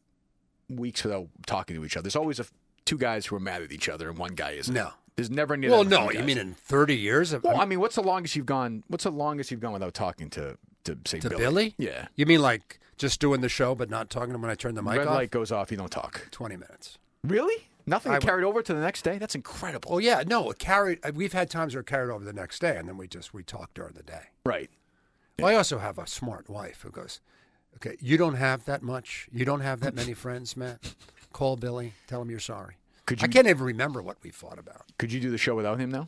S4: weeks without talking to each other. There's always a, two guys who are mad at each other, and one guy isn't.
S5: No.
S4: There's never any. of
S5: Well,
S4: that with
S5: no, you
S4: guys.
S5: mean in 30 years? Of,
S4: Well, I mean, what's the longest you've gone? What's the longest you've gone without talking to to say
S5: to Billy?
S4: Yeah.
S5: You mean like just doing the show but not talking to him when I turn the mic
S4: Red
S5: off?
S4: light goes off. You don't talk.
S5: 20 minutes.
S4: Really? Nothing
S5: I-
S4: carried over to the next day. That's incredible.
S5: Oh yeah, no, it carried. uh, We've had times where it carried over the next day, and then we just we talk during the day.
S4: Right.
S5: Well, I also have a smart wife who goes, "Okay, you don't have that much. You don't have that many friends, Matt. Call Billy. Tell him you're sorry."
S4: Could
S5: I
S4: you-
S5: can't even remember what we fought about.
S4: Could you do the show without him now?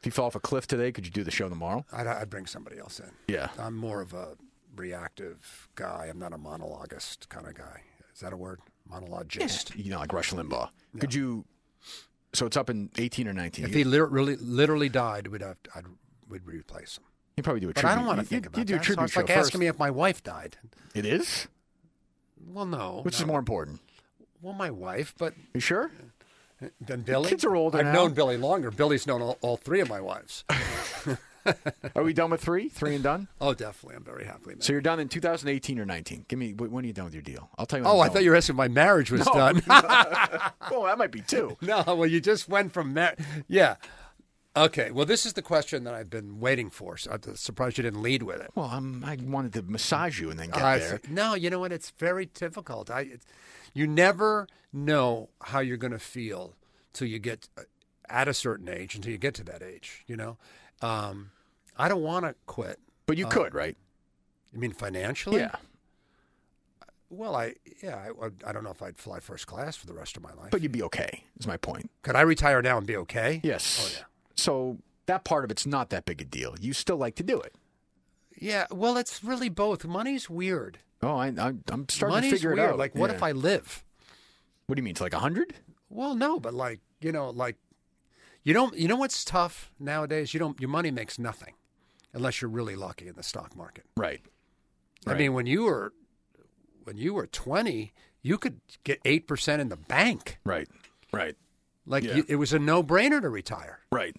S4: If you fall off a cliff today, could you do the show tomorrow?
S5: I'd, I'd bring somebody else in.
S4: Yeah.
S5: I'm more of a reactive guy. I'm not a monologuist kind of guy. Is that a word? Monologist.
S4: You know, like Rush Limbaugh. Could you? So it's up in 18 or 19.
S5: If
S4: You-
S5: he lit really literally died, we'd have I'd, we'd replace him.
S4: you probably do a
S5: But
S4: tribute.
S5: I don't want to
S4: you-
S5: think
S4: you,
S5: about
S4: you do
S5: that.
S4: a
S5: So
S4: tribute
S5: it's
S4: show
S5: like
S4: first.
S5: asking me if my wife died.
S4: It is?
S5: Well, no.
S4: Which is
S5: no.
S4: more important?
S5: Well, my wife, but
S4: You sure?
S5: then Billy.
S4: Kids are older
S5: I've
S4: now.
S5: known Billy longer. Billy's known all, all three of my wives.
S4: Are we done with three? Three and done?
S5: Oh, definitely. I'm very happy.
S4: So you're done in 2018 or 19? Give me wh- when are you done with your deal? I'll tell you. When
S5: oh,
S4: I'm
S5: I
S4: done.
S5: thought you were asking if my marriage was
S4: No.
S5: done.
S4: Oh, that might be two.
S5: no, well, you just went from marriage. Yeah. Okay. Well, this is the question that I've been waiting for. So I'm surprised you didn't lead with it.
S4: Well, I'm, I wanted to massage you and then get
S5: Oh, I
S4: there.
S5: see. No, you know what? It's very difficult. I, it's, you never know how you're going to feel till you get uh, at a certain age, until you get to that age. You know, um, I don't want to quit.
S4: But you could, right?
S5: You mean financially?
S4: Yeah.
S5: Well, I yeah, I, I don't know if I'd fly first class for the rest of my life.
S4: But you'd be okay. Is my point.
S5: Could I retire now and be okay?
S4: Yes.
S5: Oh yeah.
S4: So that part of it's not that big a deal. You still like to do it.
S5: Yeah. Well, it's really both. Money's weird.
S4: Oh, I, I, I'm starting
S5: Money's
S4: to figure
S5: weird.
S4: it out.
S5: Like, what
S4: Yeah.
S5: if I live?
S4: What do you mean? It's like a hundred?
S5: Well, no, but like you know, like you don't. You know what's tough nowadays? You don't. Your money makes nothing unless you're really lucky in the stock market.
S4: Right.
S5: I
S4: Right.
S5: mean, when you were when you were 20, you could get eight percent in the bank.
S4: Right. Right.
S5: Like
S4: Yeah.
S5: you, it was a no brainer to retire.
S4: Right.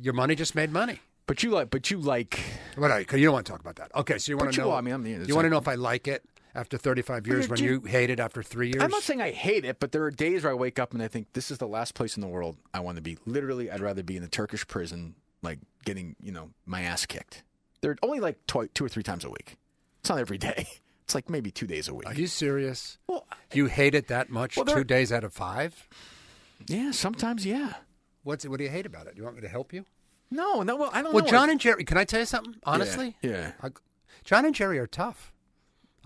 S5: Your money just made money.
S4: But you like. But you like.
S5: What I, you don't want to talk about that. Okay, so you want
S4: But
S5: to
S4: you-
S5: know?
S4: I mean, I'm the-
S5: you
S4: it's
S5: want to
S4: like-
S5: know if I like it after 35 years
S4: you're
S5: when
S4: ju-
S5: you hate it after three years?
S4: I'm not saying I hate it, but there are days where I wake up and I think this is the last place in the world I want to be. Literally, I'd rather be in the Turkish prison, like getting you know my ass kicked. They're only like twi- two or three times a week. It's not every day. It's like maybe two days a week.
S5: Are you serious?
S4: well,
S5: You hate it that much?
S4: Well, there-
S5: two days out of five?
S4: yeah. Sometimes, yeah.
S5: What's what do you hate about it? Do you want me to help you?
S4: No, no. Well, I don't
S5: Well,
S4: know.
S5: John and Jerry, can I tell you something? Honestly,
S4: yeah.
S5: I- John and Jerry are tough.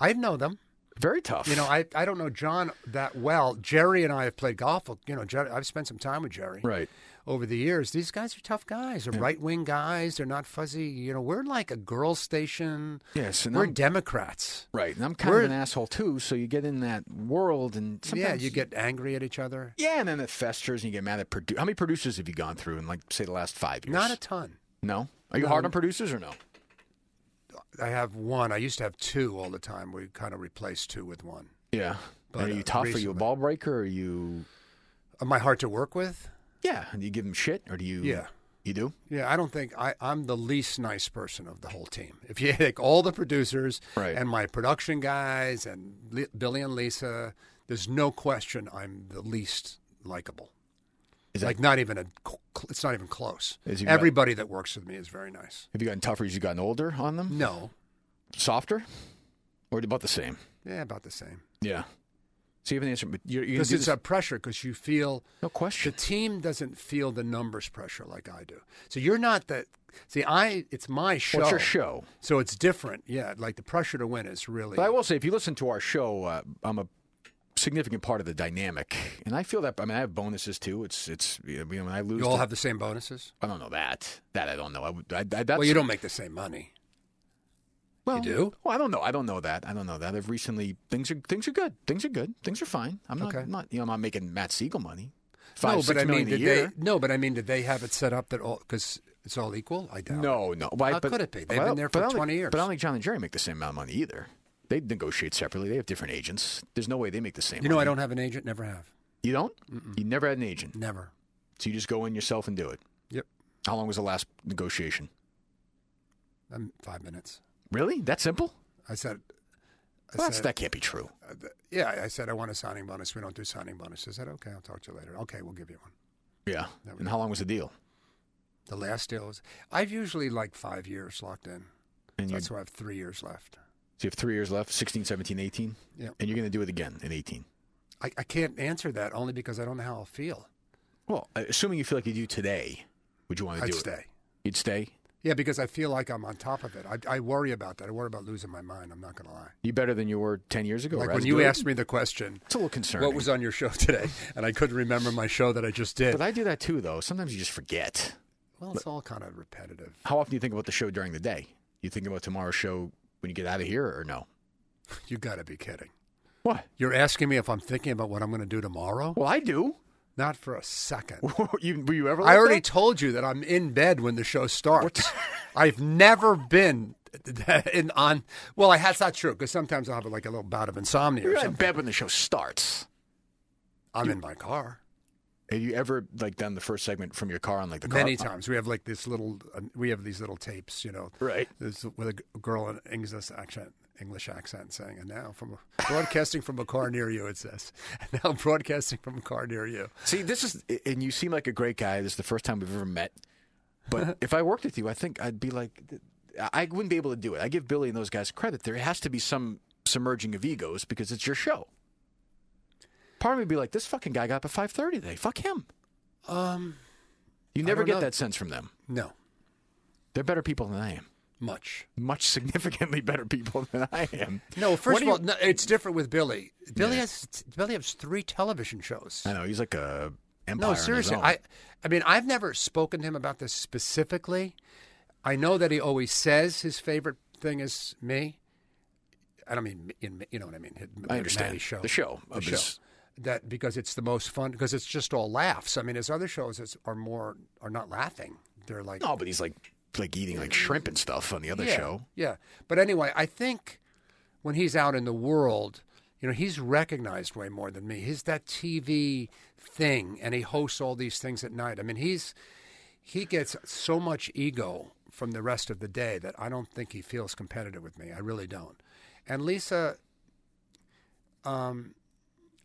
S5: I know them.
S4: Very tough.
S5: You know, I, I don't know John that well. Jerry and I have played golf. You know, Jerry, I've spent some time with Jerry
S4: right.
S5: over the years. These guys are tough guys. They're right wing guys. They're not fuzzy. You know, we're like a girl station.
S4: Yes, and
S5: we're
S4: I'm-
S5: Democrats.
S4: Right, and I'm kind
S5: We're-
S4: of an asshole too. So you get in that world, and
S5: yeah,
S4: sometimes
S5: you get angry at each other.
S4: yeah, and then it festers, and you get mad at produ- how many producers have you gone through in like say the last five years?
S5: Not a ton.
S4: no. Are you hard on producers or no?
S5: I have one. I used to have two all the time. We kind of replaced two with one.
S4: Yeah,
S5: But,
S4: are you
S5: uh,
S4: tough? Are you a
S5: recently-
S4: ball breaker? Or are you
S5: Am I hard Uh, to work with?
S4: yeah? Do you give them shit or do you
S5: Yeah.
S4: You do
S5: Yeah, I don't think I, I'm the least nice person of the whole team. If you take all the producers
S4: Right.
S5: and my production guys and Li- Billy and Lisa, there's no question I'm the least likable.
S4: Is
S5: like
S4: that-
S5: not even a, cl- it's not even close.
S4: Is he right?
S5: Everybody that works with me is very nice.
S4: have you gotten tougher as you've gotten older on them?
S5: No,
S4: Softer or about the same?
S5: yeah, about the same.
S4: Yeah. So you have an answer, but you're, you're gonna
S5: Because
S4: do
S5: it's
S4: this,
S5: a pressure. Because you feel
S4: no
S5: the
S4: question.
S5: team doesn't feel the numbers pressure like I do. So you're not that. See, I it's my show.
S4: Well, it's your show?
S5: So it's different. Yeah, like the pressure to win is really.
S4: But I will say, if you listen to our show, uh, I'm a significant part of the dynamic, and I feel that. I mean, I have bonuses too. It's it's you know, when I lose,
S5: You all
S4: to-
S5: have the same bonuses.
S4: I don't know that. That I don't know. I, would- I, I that's,
S5: well, you don't make the same money.
S4: Well,
S5: do?
S4: Well, I don't know. I don't know that. I don't know that. I've recently things are things are good. Things are good. Things are fine. I'm not,
S5: Okay.
S4: I'm not you know I'm not making Matt Siegel money. Five,
S5: no, but
S4: six
S5: I mean,
S4: million
S5: did
S4: a year.
S5: they? No, but I mean, did they have it set up that all because it's all equal? I doubt. it.
S4: No, no. Why,
S5: How
S4: but,
S5: could it be? They've
S4: but I
S5: been
S4: don't-
S5: there
S4: but
S5: for
S4: I don't think-
S5: 20 years.
S4: But I don't think John and Jerry make the same amount of money either. They negotiate separately. They have different agents. There's no way they make the same.
S5: You know,
S4: money.
S5: I don't have an agent. Never have.
S4: You don't. You never had an agent,
S5: Never.
S4: so you just go in yourself and do it.
S5: Yep.
S4: How long was the last negotiation?
S5: I'm five minutes.
S4: Really? That simple?
S5: I said. I
S4: Well, that's,
S5: said,
S4: that can't be true.
S5: uh, th- yeah, I said I want a signing bonus. We don't do signing bonuses. I said, okay, I'll talk to you later. Okay, we'll give you one.
S4: Yeah. And how long was the deal?
S5: The last deal was I've usually like five years locked in.
S4: And you,
S5: That's why I have three years left.
S4: so you have three years left 16, 17, 18.
S5: Yeah.
S4: And you're going to do it again in 18.
S5: I, I can't answer that only because I don't know how I'll feel.
S4: Well, uh, assuming you feel like you do today, would you want to
S5: I'd
S4: do it?
S5: stay.
S4: You'd stay?
S5: Yeah, because I feel like I'm on top of it. I, I worry about that. I worry about losing my mind. I'm not going to lie.
S4: You better than you were 10 years ago,
S5: Like
S4: right?
S5: when
S4: It's
S5: you
S4: good.
S5: asked me the question,
S4: It's a little concerning.
S5: what was on your show today? And I couldn't remember my show that I just did.
S4: But I do that too, though. Sometimes you just forget.
S5: well, it's all kind of repetitive.
S4: How often do you think about the show during the day? You think about tomorrow's show when you get out of here or no?
S5: You got to be kidding.
S4: What?
S5: You're asking me if I'm thinking about what I'm going to do tomorrow?
S4: Well, I do.
S5: Not for a second.
S4: you, were you ever
S5: I
S4: like
S5: already
S4: that?
S5: told you that I'm in bed when the show starts. I've never been in on. Well, I, that's not true because sometimes I'll have like a little bout of insomnia.
S4: You're
S5: or
S4: not in
S5: something.
S4: bed when the show starts.
S5: I'm in my car.
S4: Have you ever like done the first segment from your car on like the car?
S5: Many times we have like this little, uh, we have these little tapes, you know,
S4: Right.
S5: This with a g- girl in English accent, English accent saying, and now from a- broadcasting from a car near you, it says, and now broadcasting from a car near you.
S4: See, this is, and you seem like a great guy. This is the first time we've ever met. But if I worked with you, I think I'd be like, I wouldn't be able to do it. I give Billy and those guys credit. There has to be some submerging of egos because it's your show. Part of me would be like, this fucking guy got up at five thirty today. Fuck him.
S5: Um,
S4: You
S5: I
S4: never
S5: don't
S4: get
S5: know.
S4: that sense from them.
S5: no,
S4: They're better people than I am.
S5: much.
S4: Much significantly better people than I am.
S5: No,
S4: What
S5: first
S4: do
S5: of
S4: you-
S5: all, no, it's different with Billy. Billy
S4: Yeah.
S5: has Billy has three television shows.
S4: I know he's like a empire. on
S5: No,
S4: his
S5: seriously,
S4: own.
S5: I, I mean, I've never spoken to him about this specifically. I know that he always says his favorite thing is me. I don't mean in, you know what I mean. his-
S4: I understand.
S5: Matty's show,
S4: The show
S5: the
S4: of
S5: show.
S4: his-
S5: That because it's the most fun because it's just all laughs. I mean, his other shows is, are more are not laughing. They're like
S4: No, but he's like like eating like shrimp and stuff on the other
S5: yeah,
S4: show.
S5: Yeah. But anyway, I think when he's out in the world, you know, he's recognized way more than me. He's that TV thing and he hosts all these things at night. I mean, he's he gets so much ego from the rest of the day that I don't think he feels competitive with me. I really don't. And Lisa um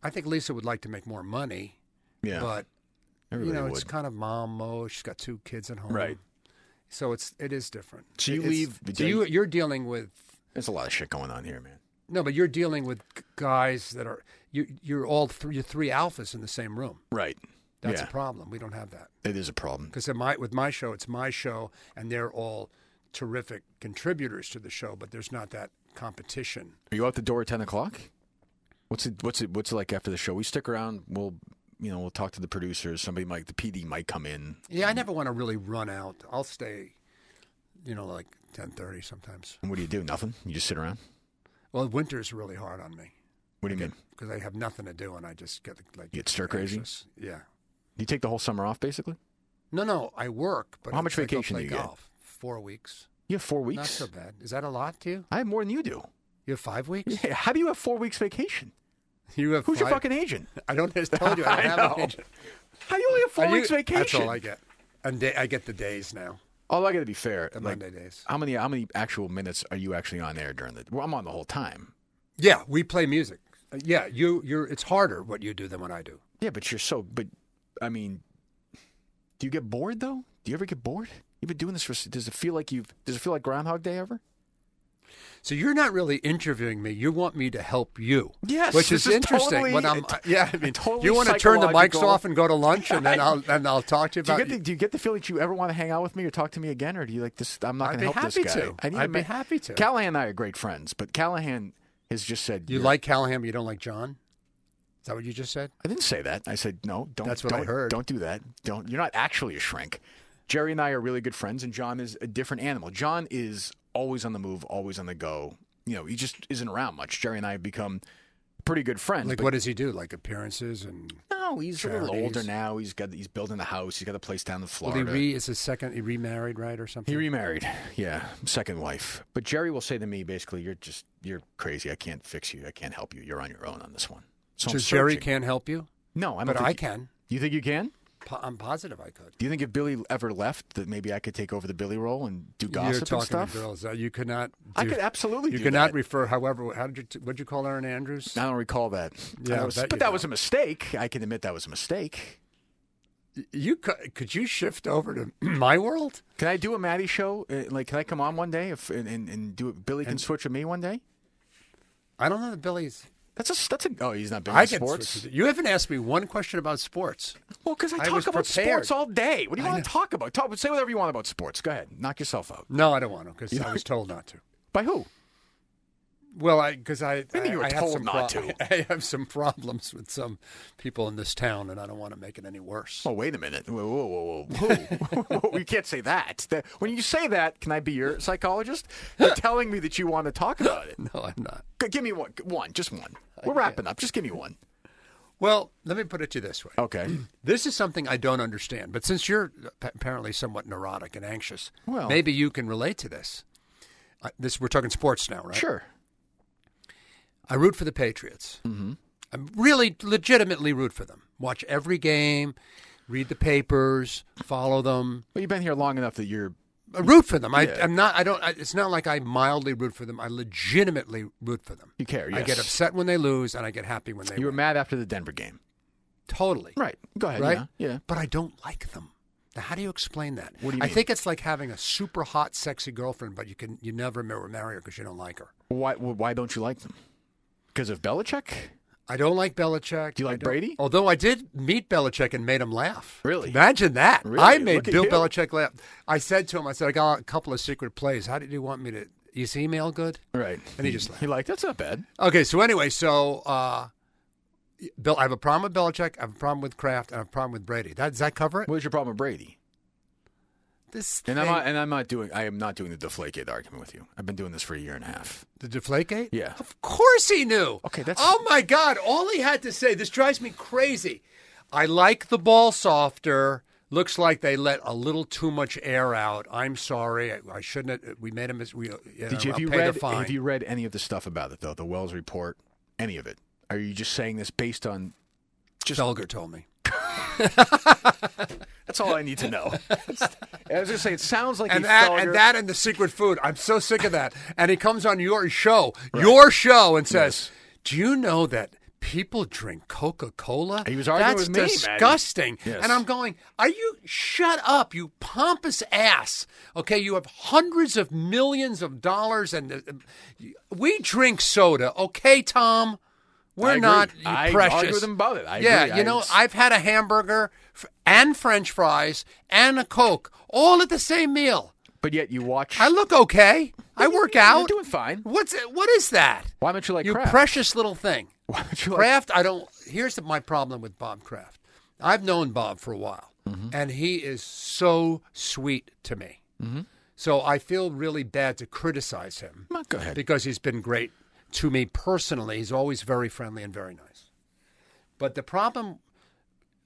S5: I think Lisa would like to make more money,
S4: Yeah,
S5: but
S4: everybody
S5: you know,
S4: would.
S5: it's kind of mom mode. She's got two kids at home.
S4: Right.
S5: So it's it is different.
S4: So you
S5: It's-
S4: leave-
S5: So you you're dealing with
S4: There's a lot of shit going on here, man.
S5: no, but you're dealing with g- guys that are you you're all three you're three alphas in the same room.
S4: Right.
S5: That's
S4: yeah,
S5: a problem. We don't have that
S4: it is a problem.
S5: because my with my show it's my show and they're all terrific contributors to the show, but there's not that competition.
S4: Are you out the door at ten o'clock? What's it? What's it? What's it like after the show? We stick around. We'll, you know, we'll talk to the producers. Somebody might, the PD might come in.
S5: Yeah, I never want to really run out. I'll stay, you know, like ten thirty sometimes.
S4: And what do you do? Nothing. You just sit around.
S5: Well, winter's really hard on me
S4: What do you mean?
S5: because I have nothing to do and I just get like
S4: You get stir crazy?
S5: anxious. Yeah.
S4: You take the whole summer off, basically.
S5: No, no, I work, but
S4: How much
S5: I go
S4: vacation
S5: play
S4: do you get?
S5: golf. Four weeks.
S4: You have four weeks.
S5: Not so bad. Is that a lot to you?
S4: I have more than you do.
S5: You have five weeks.
S4: Yeah. How do you have four weeks vacation?
S5: You have.
S4: Who's your
S5: five-
S4: fucking agent?
S5: I don't. I just told you I don't
S4: I
S5: have
S4: know.
S5: an agent.
S4: How do you only have four
S5: Are you-
S4: weeks vacation?
S5: That's all I get. And day, I get the days now.
S4: Although I got to be fair,
S5: The
S4: like,
S5: Monday days.
S4: how many how many actual minutes are you actually on air during the? Well, I'm on the whole time.
S5: Yeah, we play music. Uh, Yeah, you. You're. It's harder what you do than what I do.
S4: Yeah, but you're so. But I mean, do you get bored though? Do you ever get bored? You've been doing this for. Does it feel like you've? Does it feel like Groundhog Day ever?
S5: So you're not really interviewing me. You want me to help you.
S4: Yes,
S5: which is,
S4: this is
S5: interesting. when
S4: totally-
S5: I'm, yeah, I mean,
S4: totally
S5: you want to turn the mics
S4: psychological.
S5: off and go to lunch, and then I'll and I'll talk to you
S4: Do you
S5: about.
S4: get the, do you get the feeling that you ever want to hang out with me or talk to me again, or do you like this? I'm not
S5: I'd
S4: going
S5: be
S4: help this
S5: happy
S4: guy.
S5: to.
S4: I need
S5: I'd be
S4: ma-
S5: happy to.
S4: Callahan and I are great friends, but Callahan has just said
S5: you
S4: you're-
S5: like Callahan, but you don't like John. Is that what you just said?
S4: I didn't say that. I said no. Don't.
S5: That's what I
S4: don't-
S5: heard.
S4: Don't do that. Don't. You're not actually a shrink. Jerry and I are really good friends, and John is a different animal. John is always on the move, always on the go. You know, he just isn't around much. Jerry and I have become pretty good friends.
S5: Like,
S4: but
S5: what does he do? Like appearances and
S4: No, he's a little
S5: Charities.
S4: older now. He's got. He's building a house. He's got a place down in
S5: well,
S4: Florida.
S5: he re is his second. He remarried, right, or something?
S4: He remarried. Yeah, second wife. But Jerry will say to me, basically, "You're just you're crazy. I can't fix you. I can't help you. You're on your own on this one." So,
S5: so
S4: I'm
S5: Jerry
S4: searching.
S5: can't help you,
S4: No, I don't
S5: but
S4: think
S5: I
S4: you-
S5: can.
S4: You think you can?
S5: Po- I'm positive I could.
S4: Do you think if Billy ever left, that maybe I could take over the Billy role and do
S5: You're
S4: gossip
S5: talking
S4: and stuff?
S5: to girls. Uh, you cannot.
S4: I
S5: do-
S4: could absolutely.
S5: You
S4: do
S5: cannot
S4: that.
S5: refer. However, how did you? T- what'd you call Aaron Andrews?
S4: I don't recall that.
S5: Yeah,
S4: I
S5: I
S4: was-
S5: bet
S4: but
S5: you
S4: that
S5: don't.
S4: was a mistake. I can admit that was a mistake.
S5: You cou- could you shift over to my world?
S4: Can I do a Maddie show? Uh, Like, can I come on one day if and, and, and do it? Billy can switch with me one day.
S5: I don't know that Billy's.
S4: That's a that's a. Oh, he's not big
S5: I
S4: on
S5: can
S4: sports.
S5: switch with- You haven't asked me one question about sports.
S4: Well, because I
S5: I
S4: talk
S5: was
S4: about
S5: prepared.
S4: sports all day. What do you
S5: I
S4: want to talk about? Talk, say whatever you want about sports. Go ahead, knock yourself out.
S5: No, I don't want to because I was told not to.
S4: By who?
S5: Well, I because I I,
S4: think you were
S5: I have
S4: told
S5: some
S4: not
S5: pro-
S4: to.
S5: I have some problems with some people in this town, and I don't want to make it any worse.
S4: Oh, wait a minute. Whoa, whoa, whoa, whoa. whoa. whoa. you can't say that. that. When you say that, can I be your psychologist? You're telling me that you want to talk about it.
S5: No, I'm not.
S4: G- give me one, one, just one. We're wrapping up. Just give me one. Mm,
S5: Well, let me put it to you this way.
S4: Okay.
S5: This is something I don't understand, but since you're ap- apparently somewhat neurotic and anxious,
S4: Well-
S5: maybe you can relate to this. I, this we're talking sports now, right?
S4: Sure.
S5: I root for the Patriots. Mm-hmm. I really, legitimately root for them. Watch every game, read the papers, follow them.
S4: But you've been here long enough that you're.
S5: I root for them. I, I'm not. I don't. I, it's not like I mildly root for them. I legitimately root for them.
S4: You care,
S5: I
S4: yes.
S5: get upset when they lose, and I get happy when they.
S4: You were
S5: win.
S4: mad after the Denver game.
S5: totally
S4: Right. Go ahead.
S5: right?
S4: Yeah. yeah.
S5: But I don't like them. Now, how do you explain that?
S4: What do you
S5: I
S4: mean?
S5: think it's like having a super hot, sexy girlfriend, but you can you never mar- marry her because you don't like her.
S4: Why, why don't you like them? Because of Belichick?
S5: I don't like Belichick.
S4: Do you
S5: I
S4: like
S5: don't-
S4: Brady?
S5: Although I did meet Belichick and made him laugh.
S4: Really?
S5: Imagine that.
S4: Really?
S5: I made
S4: Look at
S5: Bill
S4: you.
S5: Belichick laugh. I said to him, I said, I got a couple of secret plays. How did you want me to? Is email good?
S4: Right.
S5: And he just laughed.
S4: He liked, that's not bad.
S5: Okay, so anyway, so uh, Bill, I have a problem with Belichick. I have a problem with Kraft. and I have a problem with Brady. That, does that cover it?
S4: What was your problem with Brady?
S5: This
S4: And I'm
S5: thing-
S4: not, and I'm not doing I am not doing the Deflategate argument with you. I've been doing this for a year and a half.
S5: The Deflategate?
S4: Yeah.
S5: Of course he knew.
S4: Okay, that's-
S5: Oh my God! All he had to say. This drives me crazy. I like the ball softer. Looks like they let a little too much air out. I'm sorry. I, I shouldn't. Have, we made a mis- we, uh, you know,
S4: Did you,
S5: I'll
S4: have you
S5: pay
S4: read
S5: the fine.
S4: have you read any of the stuff about it though? The Wells report, any of it? Are you just saying this based on?
S5: Just Elger told me.
S4: That's all I need to know. I was gonna say it sounds like
S5: And
S4: he
S5: that,
S4: felt your-
S5: and that, and the secret food. I'm so sick of that. And he comes on your show, your show, and says, "Do you know that people drink Coca-Cola?
S4: He was arguing
S5: That's
S4: with me, Maddie.
S5: disgusting."
S4: Yes.
S5: And I'm going, "Are you shut up, you pompous ass? Okay, you have hundreds of millions of dollars, and uh, we drink soda. Okay, Tom." We're
S4: agree.
S5: not you
S4: I
S5: precious.
S4: argue with him about it. I
S5: yeah,
S4: agree.
S5: you
S4: I-
S5: know, I've had a hamburger f- and French fries and a Coke all at the same meal.
S4: But yet you watch.
S5: I look okay. I work out.
S4: You're doing fine.
S5: What's what is that?
S4: Why don't you like
S5: you
S4: Kraft?
S5: precious little thing?
S4: Why don't you like-
S5: Kraft, I don't. Here's my problem with Bob Kraft. I've known Bob for a while,
S4: Mm-hmm.
S5: and he is so sweet to me.
S4: Mm-hmm.
S5: So I feel really bad to criticize him
S4: Come on, go ahead.
S5: because he's been great to me personally. He's always very friendly and very nice. But the problem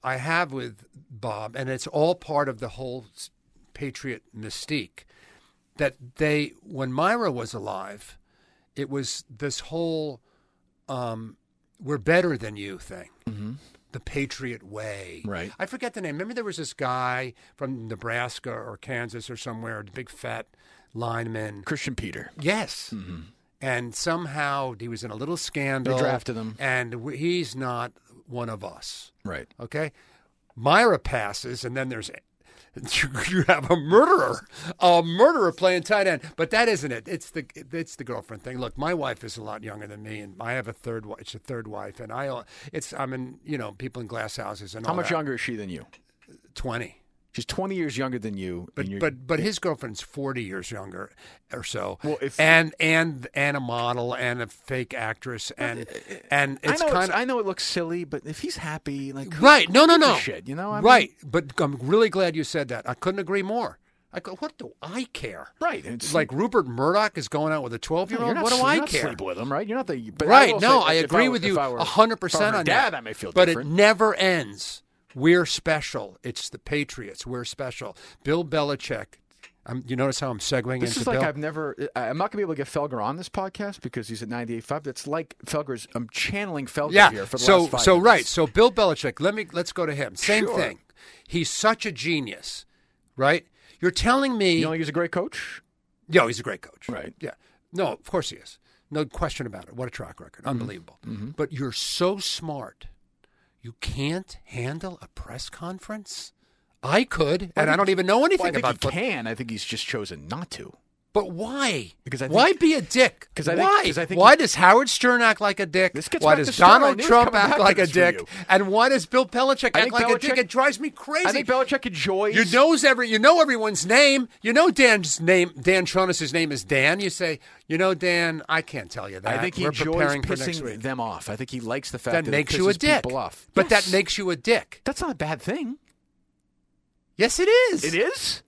S5: I have with Bob, and it's all part of the whole s- Patriot mystique, that they, when Myra was alive, it was this whole um, we're better than you thing. The Patriot way.
S4: Mm-hmm. Right.
S5: I forget the name. Remember, there was this guy from Nebraska or Kansas or somewhere, big fat lineman.
S4: Christian Peter.
S5: Yes.
S4: Mm-hmm.
S5: And somehow he was in a little scandal.
S4: drafted him.
S5: And w- he's not one of us.
S4: Right.
S5: Okay. Myra passes, and then there's. You have a murderer, a murderer playing tight end, but that isn't it. It's the it's the girlfriend thing. Look, my wife is a lot younger than me, and I have a third. wi- It's a third wife, and I it's I'm in you know people in glass houses and
S4: How
S5: all
S4: much
S5: that.
S4: younger is she than you?
S5: Twenty.
S4: She's 20 years younger than you. and
S5: But
S4: you're-
S5: but but his girlfriend's forty years younger or so.
S4: Well, if-
S5: and and and a model and a fake actress and and it's
S4: uh, I know
S5: kind
S4: I
S5: of
S4: know it looks silly, but if he's happy, like who-
S5: right. No no
S4: who gives a
S5: no
S4: shit, you know I mean?
S5: right. But I'm really glad you said that. I couldn't agree more. I go, what do I care?
S4: Right, it's-
S5: like Rupert Murdoch is going out with a twelve year
S4: You're
S5: old.
S4: not
S5: What do
S4: sleep-
S5: I
S4: you're not
S5: care?
S4: Sleep with him, right? You're not the but I
S5: Right.
S4: will
S5: no,
S4: say,
S5: I
S4: if
S5: agree
S4: were-
S5: with
S4: if
S5: you
S4: I were-
S5: a hundred
S4: if I were
S5: percent
S4: her
S5: on
S4: dad,
S5: that.
S4: I may feel
S5: but
S4: different.
S5: it never ends. We're special. It's the Patriots. We're special. Bill Belichick. I'm, you notice how I'm segueing
S4: This
S5: into
S4: is like
S5: Bill?
S4: I've never. I- I'm not gonna be able to get Felger on this podcast because he's at 98.5. That's like Felger's. I'm channeling Felger
S5: yeah.
S4: here for the
S5: so
S4: last five
S5: so
S4: minutes.
S5: right. So Bill Belichick. Let me let's go to him. Same
S4: Sure.
S5: thing. He's such a genius, right? You're telling me?
S4: You know he's a great coach.
S5: Yo, he's a great coach.
S4: Right.
S5: Yeah. No, of course he is. No question about it. What a track record.
S4: Mm-hmm.
S5: Unbelievable. But you're so smart. You can't handle a press conference? I could, and I don't even know
S4: Well, I
S5: anything
S4: think
S5: about
S4: he
S5: football.
S4: can. I think he's just chosen not to.
S5: But why?
S4: Because I think-
S5: why be a dick?
S4: 'Cause I think-
S5: why?
S4: 'cause I think-
S5: why does Howard Stern act like a dick?
S4: This gets
S5: why
S4: back
S5: does
S4: to Stern. I
S5: Donald
S4: knew it was
S5: Trump
S4: coming back
S5: act
S4: to
S5: like a
S4: this for
S5: dick?
S4: you.
S5: And why does Bill Belichick
S4: I
S5: act
S4: think
S5: like a dick?
S4: Belichick-
S5: It drives me crazy.
S4: I think Belichick enjoys.
S5: You knows every. You know everyone's name. You know Dan's name. Dan Tronis's name is Dan. You say, you know Dan. I can't tell you that.
S4: I think he
S5: We're
S4: enjoys
S5: preparing for next week.
S4: pissing them off. I think he likes the fact that,
S5: That
S4: it
S5: makes you a
S4: pisses
S5: dick.
S4: People off.
S5: But
S4: Yes.
S5: that makes you a dick.
S4: that's not a bad thing.
S5: Yes, it is.
S4: It is.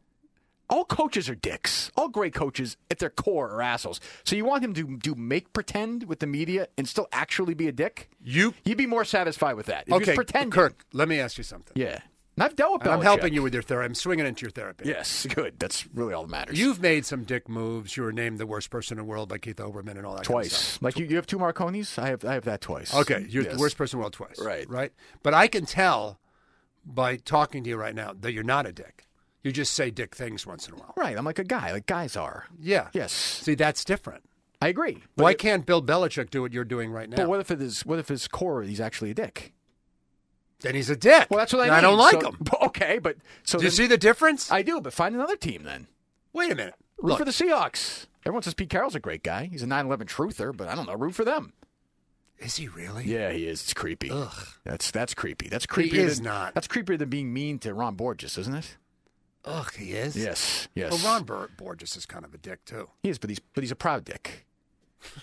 S4: All coaches are dicks. All great coaches at their core are assholes. So you want him to do make pretend with the media and still actually be a dick?
S5: You
S4: You'd be more satisfied with that. If
S5: okay?
S4: you're pretending.
S5: Kirk, let me ask you something.
S4: Yeah. And I've dealt with
S5: And I'm
S4: Belichick.
S5: helping you with your therapy. I'm swinging into your therapy.
S4: Yes, good. That's really all that matters.
S5: You've made some dick moves. You were named the worst person in the world by Keith Oberman and all that. Kind of
S4: twice.
S5: stuff.
S4: Like you, you have two Marconis? I have I have that twice.
S5: Okay, you're
S4: Yes.
S5: the worst person in the world twice.
S4: Right.
S5: Right. But I can tell by talking to you right now that you're not a dick. You just say dick things once in a while.
S4: Right. I'm like a guy, like guys are.
S5: Yeah.
S4: Yes.
S5: See, that's different.
S4: I agree.
S5: Why
S4: it-
S5: can't Bill Belichick do what you're doing right now?
S4: But what if it is what if his core he's actually a dick?
S5: then he's a dick.
S4: Well that's what I
S5: And
S4: mean.
S5: I don't like
S4: So-
S5: him.
S4: Okay, but so
S5: do you
S4: then-
S5: see the difference?
S4: I do, but find another team then.
S5: Wait a minute.
S4: Root
S5: Look,
S4: for the Seahawks. Everyone says Pete Carroll's a great guy. He's a 9/11 truther, but I don't know. Root for them.
S5: is he really?
S4: Yeah, he is. It's creepy.
S5: Ugh.
S4: That's that's creepy. That's creepier.
S5: is
S4: than,
S5: not.
S4: That's creepier than being mean to Ron Borges, isn't it?
S5: Ugh, he is.
S4: Yes. Yes.
S5: Well, Ron Bur- Borges is kind of a dick too.
S4: He is, but he's but he's a proud dick.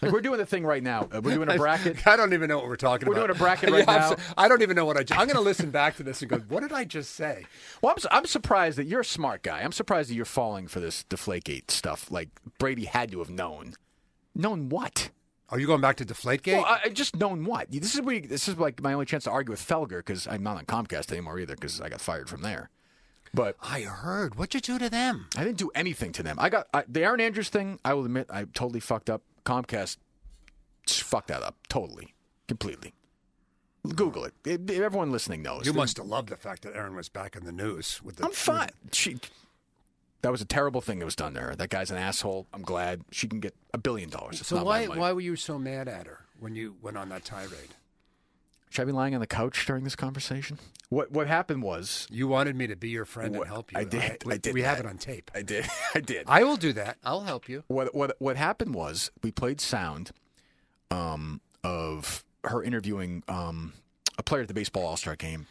S4: Like we're doing the thing right now. Uh, we're doing a bracket.
S5: I don't even know what we're talking
S4: We're
S5: about.
S4: doing a bracket right
S5: I'm
S4: now.
S5: so- I don't even know what I. ju- I'm going to listen back to this and go, what did I just say?
S4: Well, I'm, su- I'm surprised that you're a smart guy. I'm surprised that you're falling for this Deflategate stuff. Like Brady had to have known. Known what?
S5: Are you going back to Deflategate?
S4: Well, I, I just known what. This is where you- this is like my only chance to argue with Felger because I'm not on Comcast anymore either because I got fired from there. But
S5: I heard. What'd you do to them?
S4: I didn't do anything to them. I got I, the Aaron Andrews thing. I will admit, I totally fucked up. Comcast s- fucked that up totally, completely. Google it. It- Everyone listening knows.
S5: You must have loved the fact that Aaron was back in the news with the.
S4: I'm fine. She. That was a terrible thing that was done to her. That guy's an asshole. I'm glad she can get a billion dollars. It's
S5: So
S4: not my
S5: why
S4: money.
S5: why were you so mad at her when you went on that tirade?
S4: should I be lying on the couch during this conversation? What What happened was
S5: You wanted me to be your friend
S4: What-
S5: and help you.
S4: I did.
S5: we,
S4: I did
S5: We have
S4: that.
S5: it on tape.
S4: I did. I did.
S5: I will do that. I'll help you.
S4: What what what happened was we played sound um, of her interviewing um, a player at the baseball All Star game,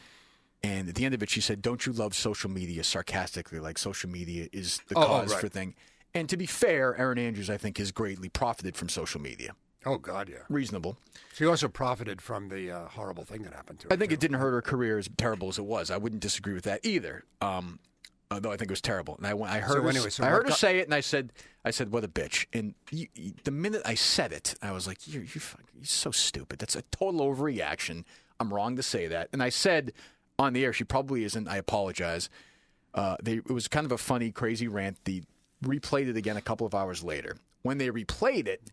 S4: and at the end of it, she said, "Don't you love social media?" Sarcastically, like social media is the
S5: Oh, oh,
S4: cause
S5: right.
S4: for thing. And to be fair, Aaron Andrews, I think, has greatly profited from social media.
S5: Oh God, yeah.
S4: Reasonable.
S5: She also profited from the uh, horrible thing that happened to her.
S4: I think
S5: too.
S4: it didn't hurt her career as terrible as it was. I wouldn't disagree with that either. Um, although I think it was terrible. And I, went- I heard,
S5: So
S4: her,
S5: anyway, so
S4: I
S5: what
S4: heard her
S5: got-
S4: say it, and I said, I said, what a bitch. And you, you- the minute I said it, I was like, you're, you're, fuck- you're so stupid. That's a total overreaction. I'm wrong to say that. And I said on the air, she probably isn't. I apologize. Uh, they, it was kind of a funny, crazy rant. They replayed it again a couple of hours later. When they replayed it,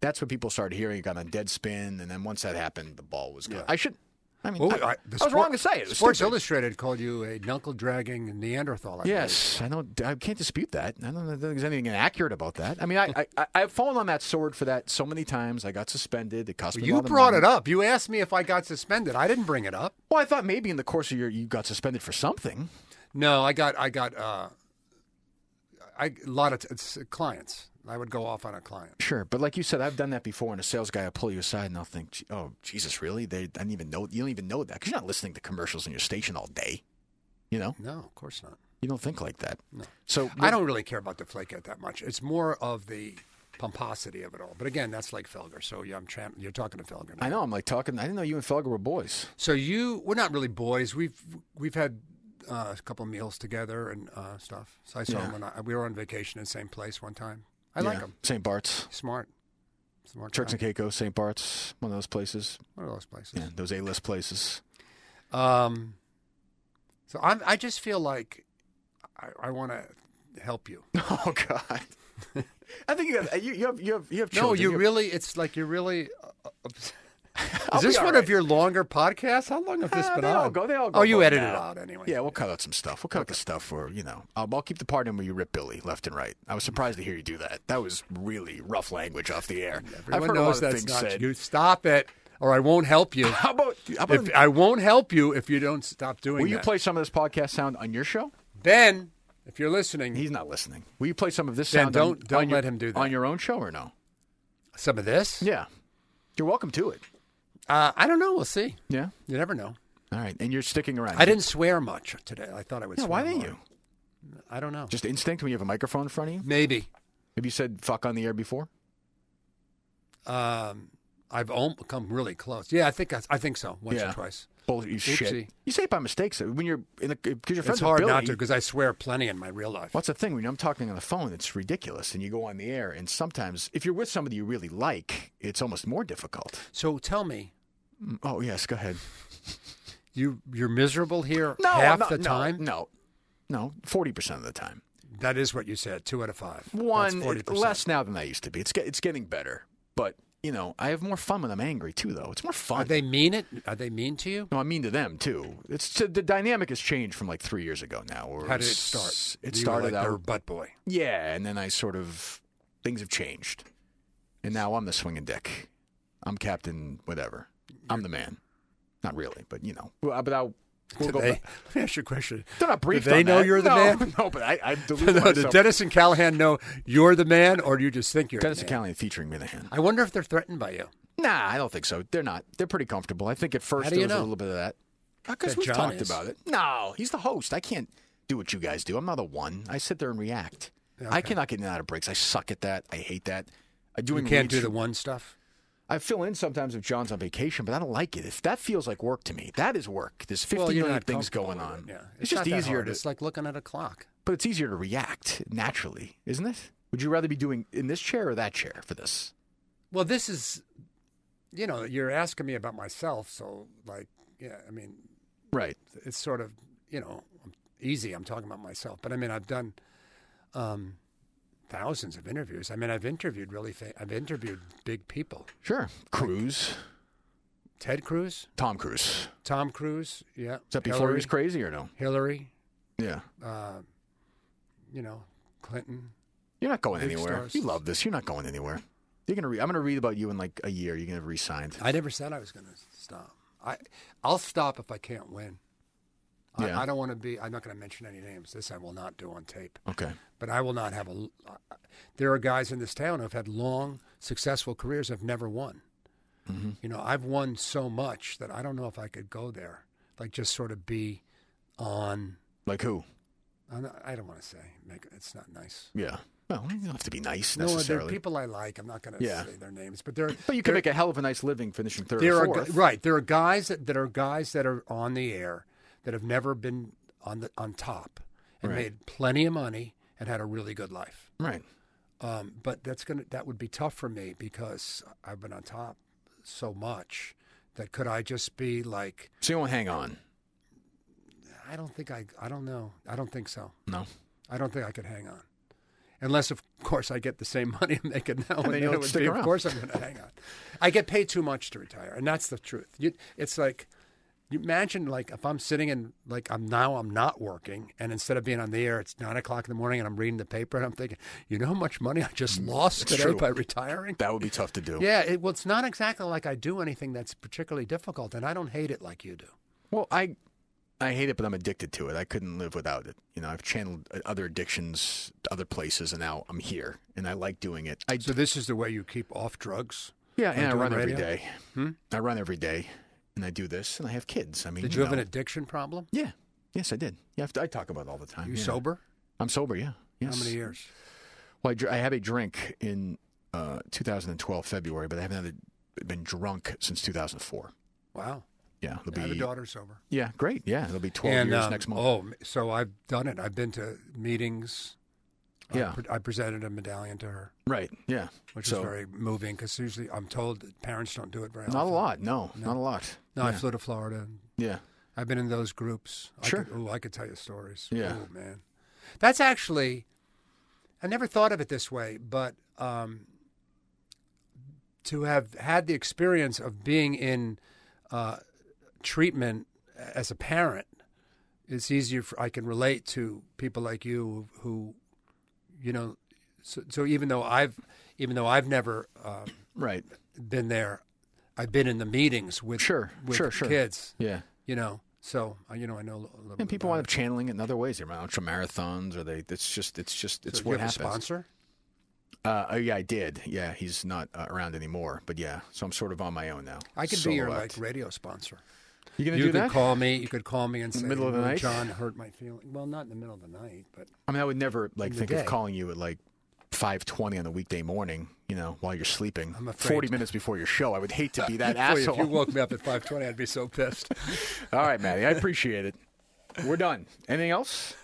S4: that's when people started hearing it got on Deadspin, and then once that happened, the ball was gone. I should. I mean,
S5: Well,
S4: I,
S5: I-
S4: I
S5: the
S4: was
S5: sport-
S4: wrong to say it. It was
S5: Sports
S4: stupid.
S5: Illustrated called you a knuckle dragging Neanderthal. I
S4: Yes, I don't. I can't dispute that. I don't know if there's anything inaccurate about that. I mean, I, I- I I've fallen on that sword for that so many times. I got suspended. It cost
S5: believe.
S4: me. a
S5: You
S4: lot of
S5: brought
S4: money.
S5: it up. You asked me if I got suspended. I didn't bring it up.
S4: Well, I thought maybe in the course of your you got suspended for something.
S5: No, I got I got uh, I a lot of t- it's, uh, clients. I would go off on a client.
S4: Sure, but like you said, I've done that before. And a sales guy will pull you aside, and I'll think, "Gee, "Oh, Jesus, really? They I didn't even know. You don't even know that because you're not listening to commercials on your station all day. You know,
S5: No, of course not.
S4: you don't think like that. So
S5: I don't really care about the flake out that much. It's more of the pomposity of it all. But again, that's like Felger. So yeah, I'm tran you're talking to Felger. Now.
S4: I know. I'm like talking. I didn't know you and Felger were boys.
S5: So you we're not really boys. We've we've had uh, a couple meals together and uh, stuff. So I saw him when I, we were on vacation in the same place one time. I like
S4: Yeah.
S5: him.
S4: St. Bart's.
S5: Smart. Smart.
S4: Turks
S5: guy.
S4: and Caicos, St. Bart's, one of those places.
S5: One of those places.
S4: Yeah, those A-list places.
S5: Um, so I'm, I just feel like I, I want to help you.
S4: Oh God! I think you have you, you have you have you have
S5: No,
S4: children.
S5: you
S4: have-
S5: really, it's like you're really. Uh, ups-
S4: I'll
S5: is this
S4: be all
S5: one
S4: right.
S5: of your longer podcasts? How long have this
S4: Ah,
S5: been
S4: they
S5: on?
S4: All go, they all go
S5: oh, you
S4: by
S5: edited
S4: now.
S5: it out anyway.
S4: Yeah, we'll cut out some stuff. We'll cut out the stuff where you know I'll, I'll keep the part in where you rip Billy left and right. I was surprised to hear you do that. That was really rough language off the air.
S5: everyone
S4: I've heard a lot
S5: knows
S4: of
S5: that's
S4: things
S5: not
S4: said.
S5: you. Stop it. or I won't help you.
S4: How about, how about
S5: If, I won't help you if you don't stop doing
S4: will you
S5: that.
S4: play some of this podcast sound on your show?
S5: ben, if you're listening,
S4: He's not listening. Will you play some of this
S5: Ben,
S4: sound?
S5: don't-
S4: on,
S5: don't
S4: on your-
S5: let him do that.
S4: on your own show or no?
S5: some of this?
S4: Yeah, you're welcome to it.
S5: Uh, I don't know. We'll see.
S4: Yeah.
S5: You never know.
S4: All right, and you're sticking around.
S5: I didn't swear much today. I thought I would
S4: Yeah,
S5: swear
S4: why didn't
S5: more.
S4: you?
S5: I don't know.
S4: Just instinct when you have a microphone in front of you.
S5: Maybe.
S4: Have you said fuck on the air before?
S5: Um, I've om- come really close. Yeah, I think I, I think so. Once
S4: Yeah.
S5: or twice.
S4: Bullshit. You
S5: Oopsie.
S4: shit. You say it by mistake. So when you're in the because you're friends
S5: It's hard
S4: with Billy.
S5: not to because I swear plenty in my real life.
S4: What's the thing when I'm talking on the phone? It's ridiculous, and you go on the air, and sometimes if you're with somebody you really like, it's almost more difficult.
S5: So tell me,
S4: Mm, Oh yes, go ahead.
S5: you you're miserable here
S4: No,
S5: half
S4: no,
S5: the
S4: no,
S5: time.
S4: No, no, forty percent of the time.
S5: That is what you said. Two out of five. That's
S4: One
S5: 40%.
S4: less now than I used to be. It's get, it's getting better, but you know I have more fun when I'm angry too. Though it's more
S5: Are
S4: fun.
S5: they mean it? Are they mean to you?
S4: No, I mean to them too. It's the dynamic has changed from like three years ago now. Or
S5: How did it start?
S4: It
S5: You were
S4: started
S5: like
S4: out
S5: their butt boy.
S4: Yeah, and then I sort of things have changed, and now I'm the swinging dick. I'm captain, whatever. I'm the man. Not really, but you know. Well, uh, but I'll. We'll
S5: Did
S4: go
S5: they,
S4: back.
S5: let me ask you a question.
S4: They're not briefed.
S5: Did they
S4: on
S5: know
S4: that.
S5: you're the
S4: No,
S5: man?
S4: No, but I. I deluded
S5: no, did
S4: myself.
S5: Dennis and Callahan know you're the man, or do you just think you're
S4: Dennis
S5: the man?
S4: Callahan featuring me in the hand.
S5: I wonder if they're threatened by you.
S4: Nah, I don't think so. They're not. They're pretty comfortable. I think at first
S5: How do
S4: there
S5: you
S4: was a
S5: know?
S4: little bit of that. Because
S5: That
S4: we
S5: John
S4: talked
S5: is?
S4: about it. No, he's the host. I can't do what you guys do. I'm not a one. I sit there and react. I cannot get in and out of breaks. I suck at that. I hate that. I
S5: You
S4: doing
S5: can't do
S4: reads-
S5: the one stuff.
S4: I fill in sometimes if John's on vacation, but I don't like it. If that feels like work to me, that is work. There's 50
S5: well, you're
S4: million
S5: not
S4: things
S5: comfortable
S4: going on.
S5: with it, Yeah,
S4: It's, just
S5: not that
S4: easier
S5: hard.
S4: to,
S5: It's like looking at a clock.
S4: but it's easier to react naturally, isn't it? Would you rather be doing in this chair or that chair for this?
S5: Well, this is, you know, you're asking me about myself, so like, yeah, I mean,
S4: Right.
S5: it's sort of, you know, easy. I'm talking about myself, but I mean, I've done um, thousands of interviews. I mean, I've interviewed really, fa- I've interviewed big people:
S4: Sure. Cruise.
S5: Ted Cruz,
S4: Tom Cruise.
S5: Tom Cruise, yeah,
S4: Is that before he was crazy or no?
S5: Hillary,
S4: Yeah.
S5: uh, you know, Clinton.
S4: You're not going
S5: Big
S4: anywhere.
S5: stars.
S4: You love this. You're not going anywhere. You're gonna. Re- I'm gonna read about you in like a year. You're gonna have re-signed.
S5: I never said I was going to stop. I, I'll stop if I can't win.
S4: Yeah.
S5: I, I don't want to be. I'm not going to mention any names. This I will not do on tape.
S4: Okay.
S5: But I will not have a. l- I- There are guys in this town who've had long, successful careers. I've never won.
S4: Mm-hmm.
S5: You know, I've won so much that I don't know if I could go there. Like just sort of be on.
S4: Like who?
S5: I'm not, I don't want to say. Make it's not nice.
S4: Yeah. Well, you don't have to be nice
S5: No, there are
S4: necessarily.
S5: people I like. I'm not going to
S4: Yeah.
S5: say their names, but there.
S4: but you can make a hell of a nice living finishing third
S5: there
S4: or
S5: are
S4: fourth.
S5: gu- right there are guys that, that are guys that are on the air that have never been on the on top and
S4: Right.
S5: made plenty of money and had a really good life
S4: Right.
S5: um, but that's gonna that would be tough for me because i've been on top so much that could i just be like
S4: So you won't hang on.
S5: i don't think i i don't know i don't think so
S4: No.
S5: i don't think i could hang on unless of course i get the same money i'm making now
S4: then
S5: and
S4: you'll
S5: it would
S4: stick
S5: be, of
S4: around.
S5: course i'm going to hang on i get paid too much to retire and that's the truth you, it's like you imagine like if i'm sitting in like i'm now i'm not working and instead of being on the air it's nine o'clock in the morning and i'm reading the paper and i'm thinking you know how much money i just lost
S4: Mm, It's
S5: today
S4: true.
S5: by retiring
S4: That would be tough to do.
S5: yeah it, well it's not exactly like i do anything that's particularly difficult and i don't hate it like you do
S4: Well, I I hate it, but I'm addicted to it. I couldn't live without it. You know, I've channeled uh, other addictions, to other places, and now I'm here, and I like doing it. I
S5: so this is the way you keep off drugs
S4: yeah, and I
S5: doing
S4: run every
S5: radio? Hmm?
S4: day. I run every day, and I do this, and I have kids. I mean,
S5: did you have
S4: know.
S5: an addiction problem
S4: Yeah. Yes, I did. Yeah, I I talk about it all the time.
S5: you
S4: yeah.
S5: sober
S4: I'm sober. Yeah. Yes.
S5: how many years
S4: Well, I, dr- I had a drink in uh, 2012 February, but I haven't had a, been drunk since 2004.
S5: wow
S4: Yeah, it'll
S5: I have a
S4: be
S5: daughter sober.
S4: yeah, great. Yeah, it'll be 12 years
S5: um,
S4: next month.
S5: Oh, m- so I've done it. I've been to meetings. I
S4: Yeah.
S5: pre- I, presented a medallion to her,
S4: right. Yeah.
S5: which
S4: so,
S5: is very moving because usually I'm told that parents don't do it very
S4: not
S5: often.
S4: a lot. No, not a lot.
S5: No, I
S4: Yeah.
S5: flew to Florida. and
S4: yeah.
S5: I've been in those groups.
S4: Sure.
S5: I could, ooh, I could tell you stories.
S4: Yeah.
S5: Ooh, man. That's actually, I never thought of it this way, but um, to have had the experience of being in uh, treatment as a parent, it's easier for, I can relate to people like you who, you know, so, so even though I've, even though I've never um,
S4: Right.
S5: been there, I've been in the meetings with
S4: Sure,
S5: with
S4: sure, sure.
S5: kids.
S4: Yeah.
S5: You know, so uh, you know I know a little bit
S4: And people
S5: about
S4: wind up channeling it in other ways. They're ultra marathons, or they. It's just, it's just,
S5: it.
S4: it's
S5: So
S4: what
S5: you have
S4: happens.
S5: a sponsor.
S4: Uh, oh, yeah, I did. Yeah, he's not uh, around anymore. But yeah, so I'm sort of on my own now.
S5: I could be your
S4: Solo
S5: like
S4: act.
S5: radio sponsor.
S4: You gonna
S5: you
S4: do
S5: could
S4: that?
S5: call me. You could call me and say,
S4: middle of the
S5: "Well,
S4: night?
S5: John hurt my feeling. Well, not in the middle of the night, but
S4: I mean, I would never like
S5: in the
S4: think
S5: day.
S4: of calling you at like 5:20 on the weekday morning. You know, while you're sleeping.
S5: I'm afraid.
S4: 40 minutes before your show. I would hate to be that
S5: Boy,
S4: asshole.
S5: if you woke me up at five twenty, I'd be so pissed.
S4: All right, Maddie, I appreciate it. We're done. Anything else?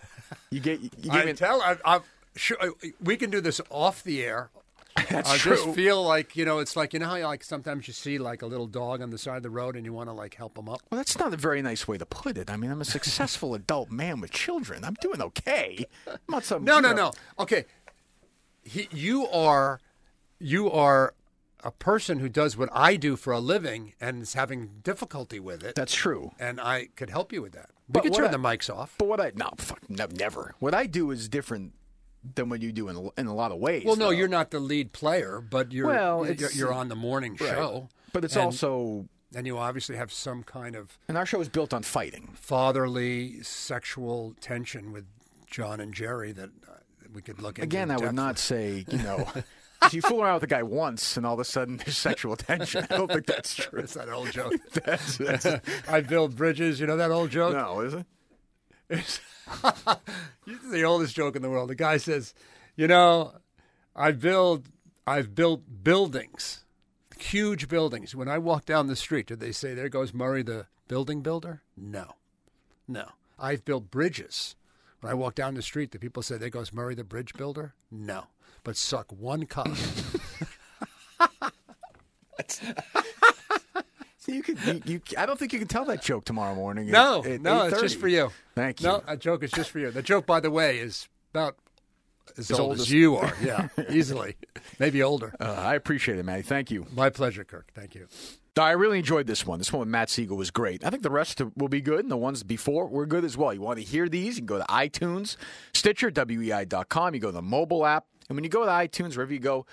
S4: You get. You gave me
S5: I
S4: an-
S5: tell. I, I, sure, I- we can do this off the air. That's I
S4: true.
S5: just feel like you know, it's like you know how like sometimes you see like a little dog on the side of the road and you want to like help him up.
S4: Well, that's not a very nice way to put it. I mean, I'm a successful adult man with children. I'm doing okay. I'm not some.
S5: No,
S4: you
S5: no,
S4: know-
S5: no. Okay, he, you are, you are a person who does what I do for a living and is having difficulty with it,
S4: That's true.
S5: and I could help you with that. We
S4: But
S5: could
S4: what
S5: turn
S4: I-
S5: the mics off.
S4: But what I no, fuck, no, never. What I do is different than what you do in a- in a lot of ways.
S5: Well, no,
S4: though.
S5: you're not the lead player, but you're
S4: Well,
S5: you're,
S4: it's-
S5: you're on the morning
S4: Right.
S5: show,
S4: But it's
S5: and-
S4: also,
S5: and you obviously have some kind of
S4: and our show is built on fighting.
S5: fatherly sexual tension with John and Jerry that uh, we could look into
S4: Again,
S5: in
S4: I would
S5: depth.
S4: not say you know. if you fool around with a guy once, and all of a sudden there's sexual tension. I don't think that's true.
S5: It's that old joke.
S4: That's, that's,
S5: I build bridges. You know that old joke.
S4: no, is it?
S5: This is the oldest joke in the world. The guy says, "You know, I build, I've built buildings, huge buildings. When I walk down the street, do they say there goes Murray, the building builder? No, no. I've built bridges. When I walk down the street, do people say there goes Murray, the bridge builder? No, but suck one cock."
S4: So you could. You, you, I don't think you can tell that joke tomorrow morning. at-
S5: No,
S4: at
S5: no, it's just
S4: 8:30.
S5: for you.
S4: Thank you.
S5: No, a joke is just for you. The joke, by the way, is about as,
S4: As
S5: old,
S4: old
S5: as
S4: as-
S5: you are. Yeah, easily, maybe older.
S4: Uh, I appreciate it, Maddie. Thank you.
S5: My pleasure, Kirk. Thank you.
S4: I really enjoyed this one. This one with Matt Siegel was great. I think the rest of- will be good, and the ones before were good as well. You want to hear these? You can go to iTunes, Stitcher, E WEI.com. You go to the mobile app. And when you go to iTunes, wherever you go,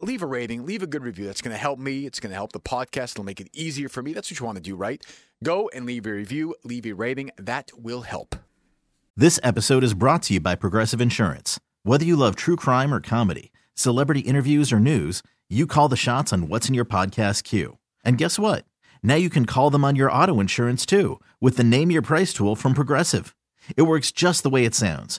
S4: leave a rating, leave a good review. That's going to help me. It's going to help the podcast. It'll make it easier for me. That's what you want to do, right? Go and leave a review, leave a rating. That will help.
S6: This episode is brought to you by Progressive Insurance. Whether you love true crime or comedy, celebrity interviews or news, you call the shots on what's in your podcast queue. And guess what? Now you can call them on your auto insurance too with the Name Your Price tool from Progressive. It works just the way it sounds.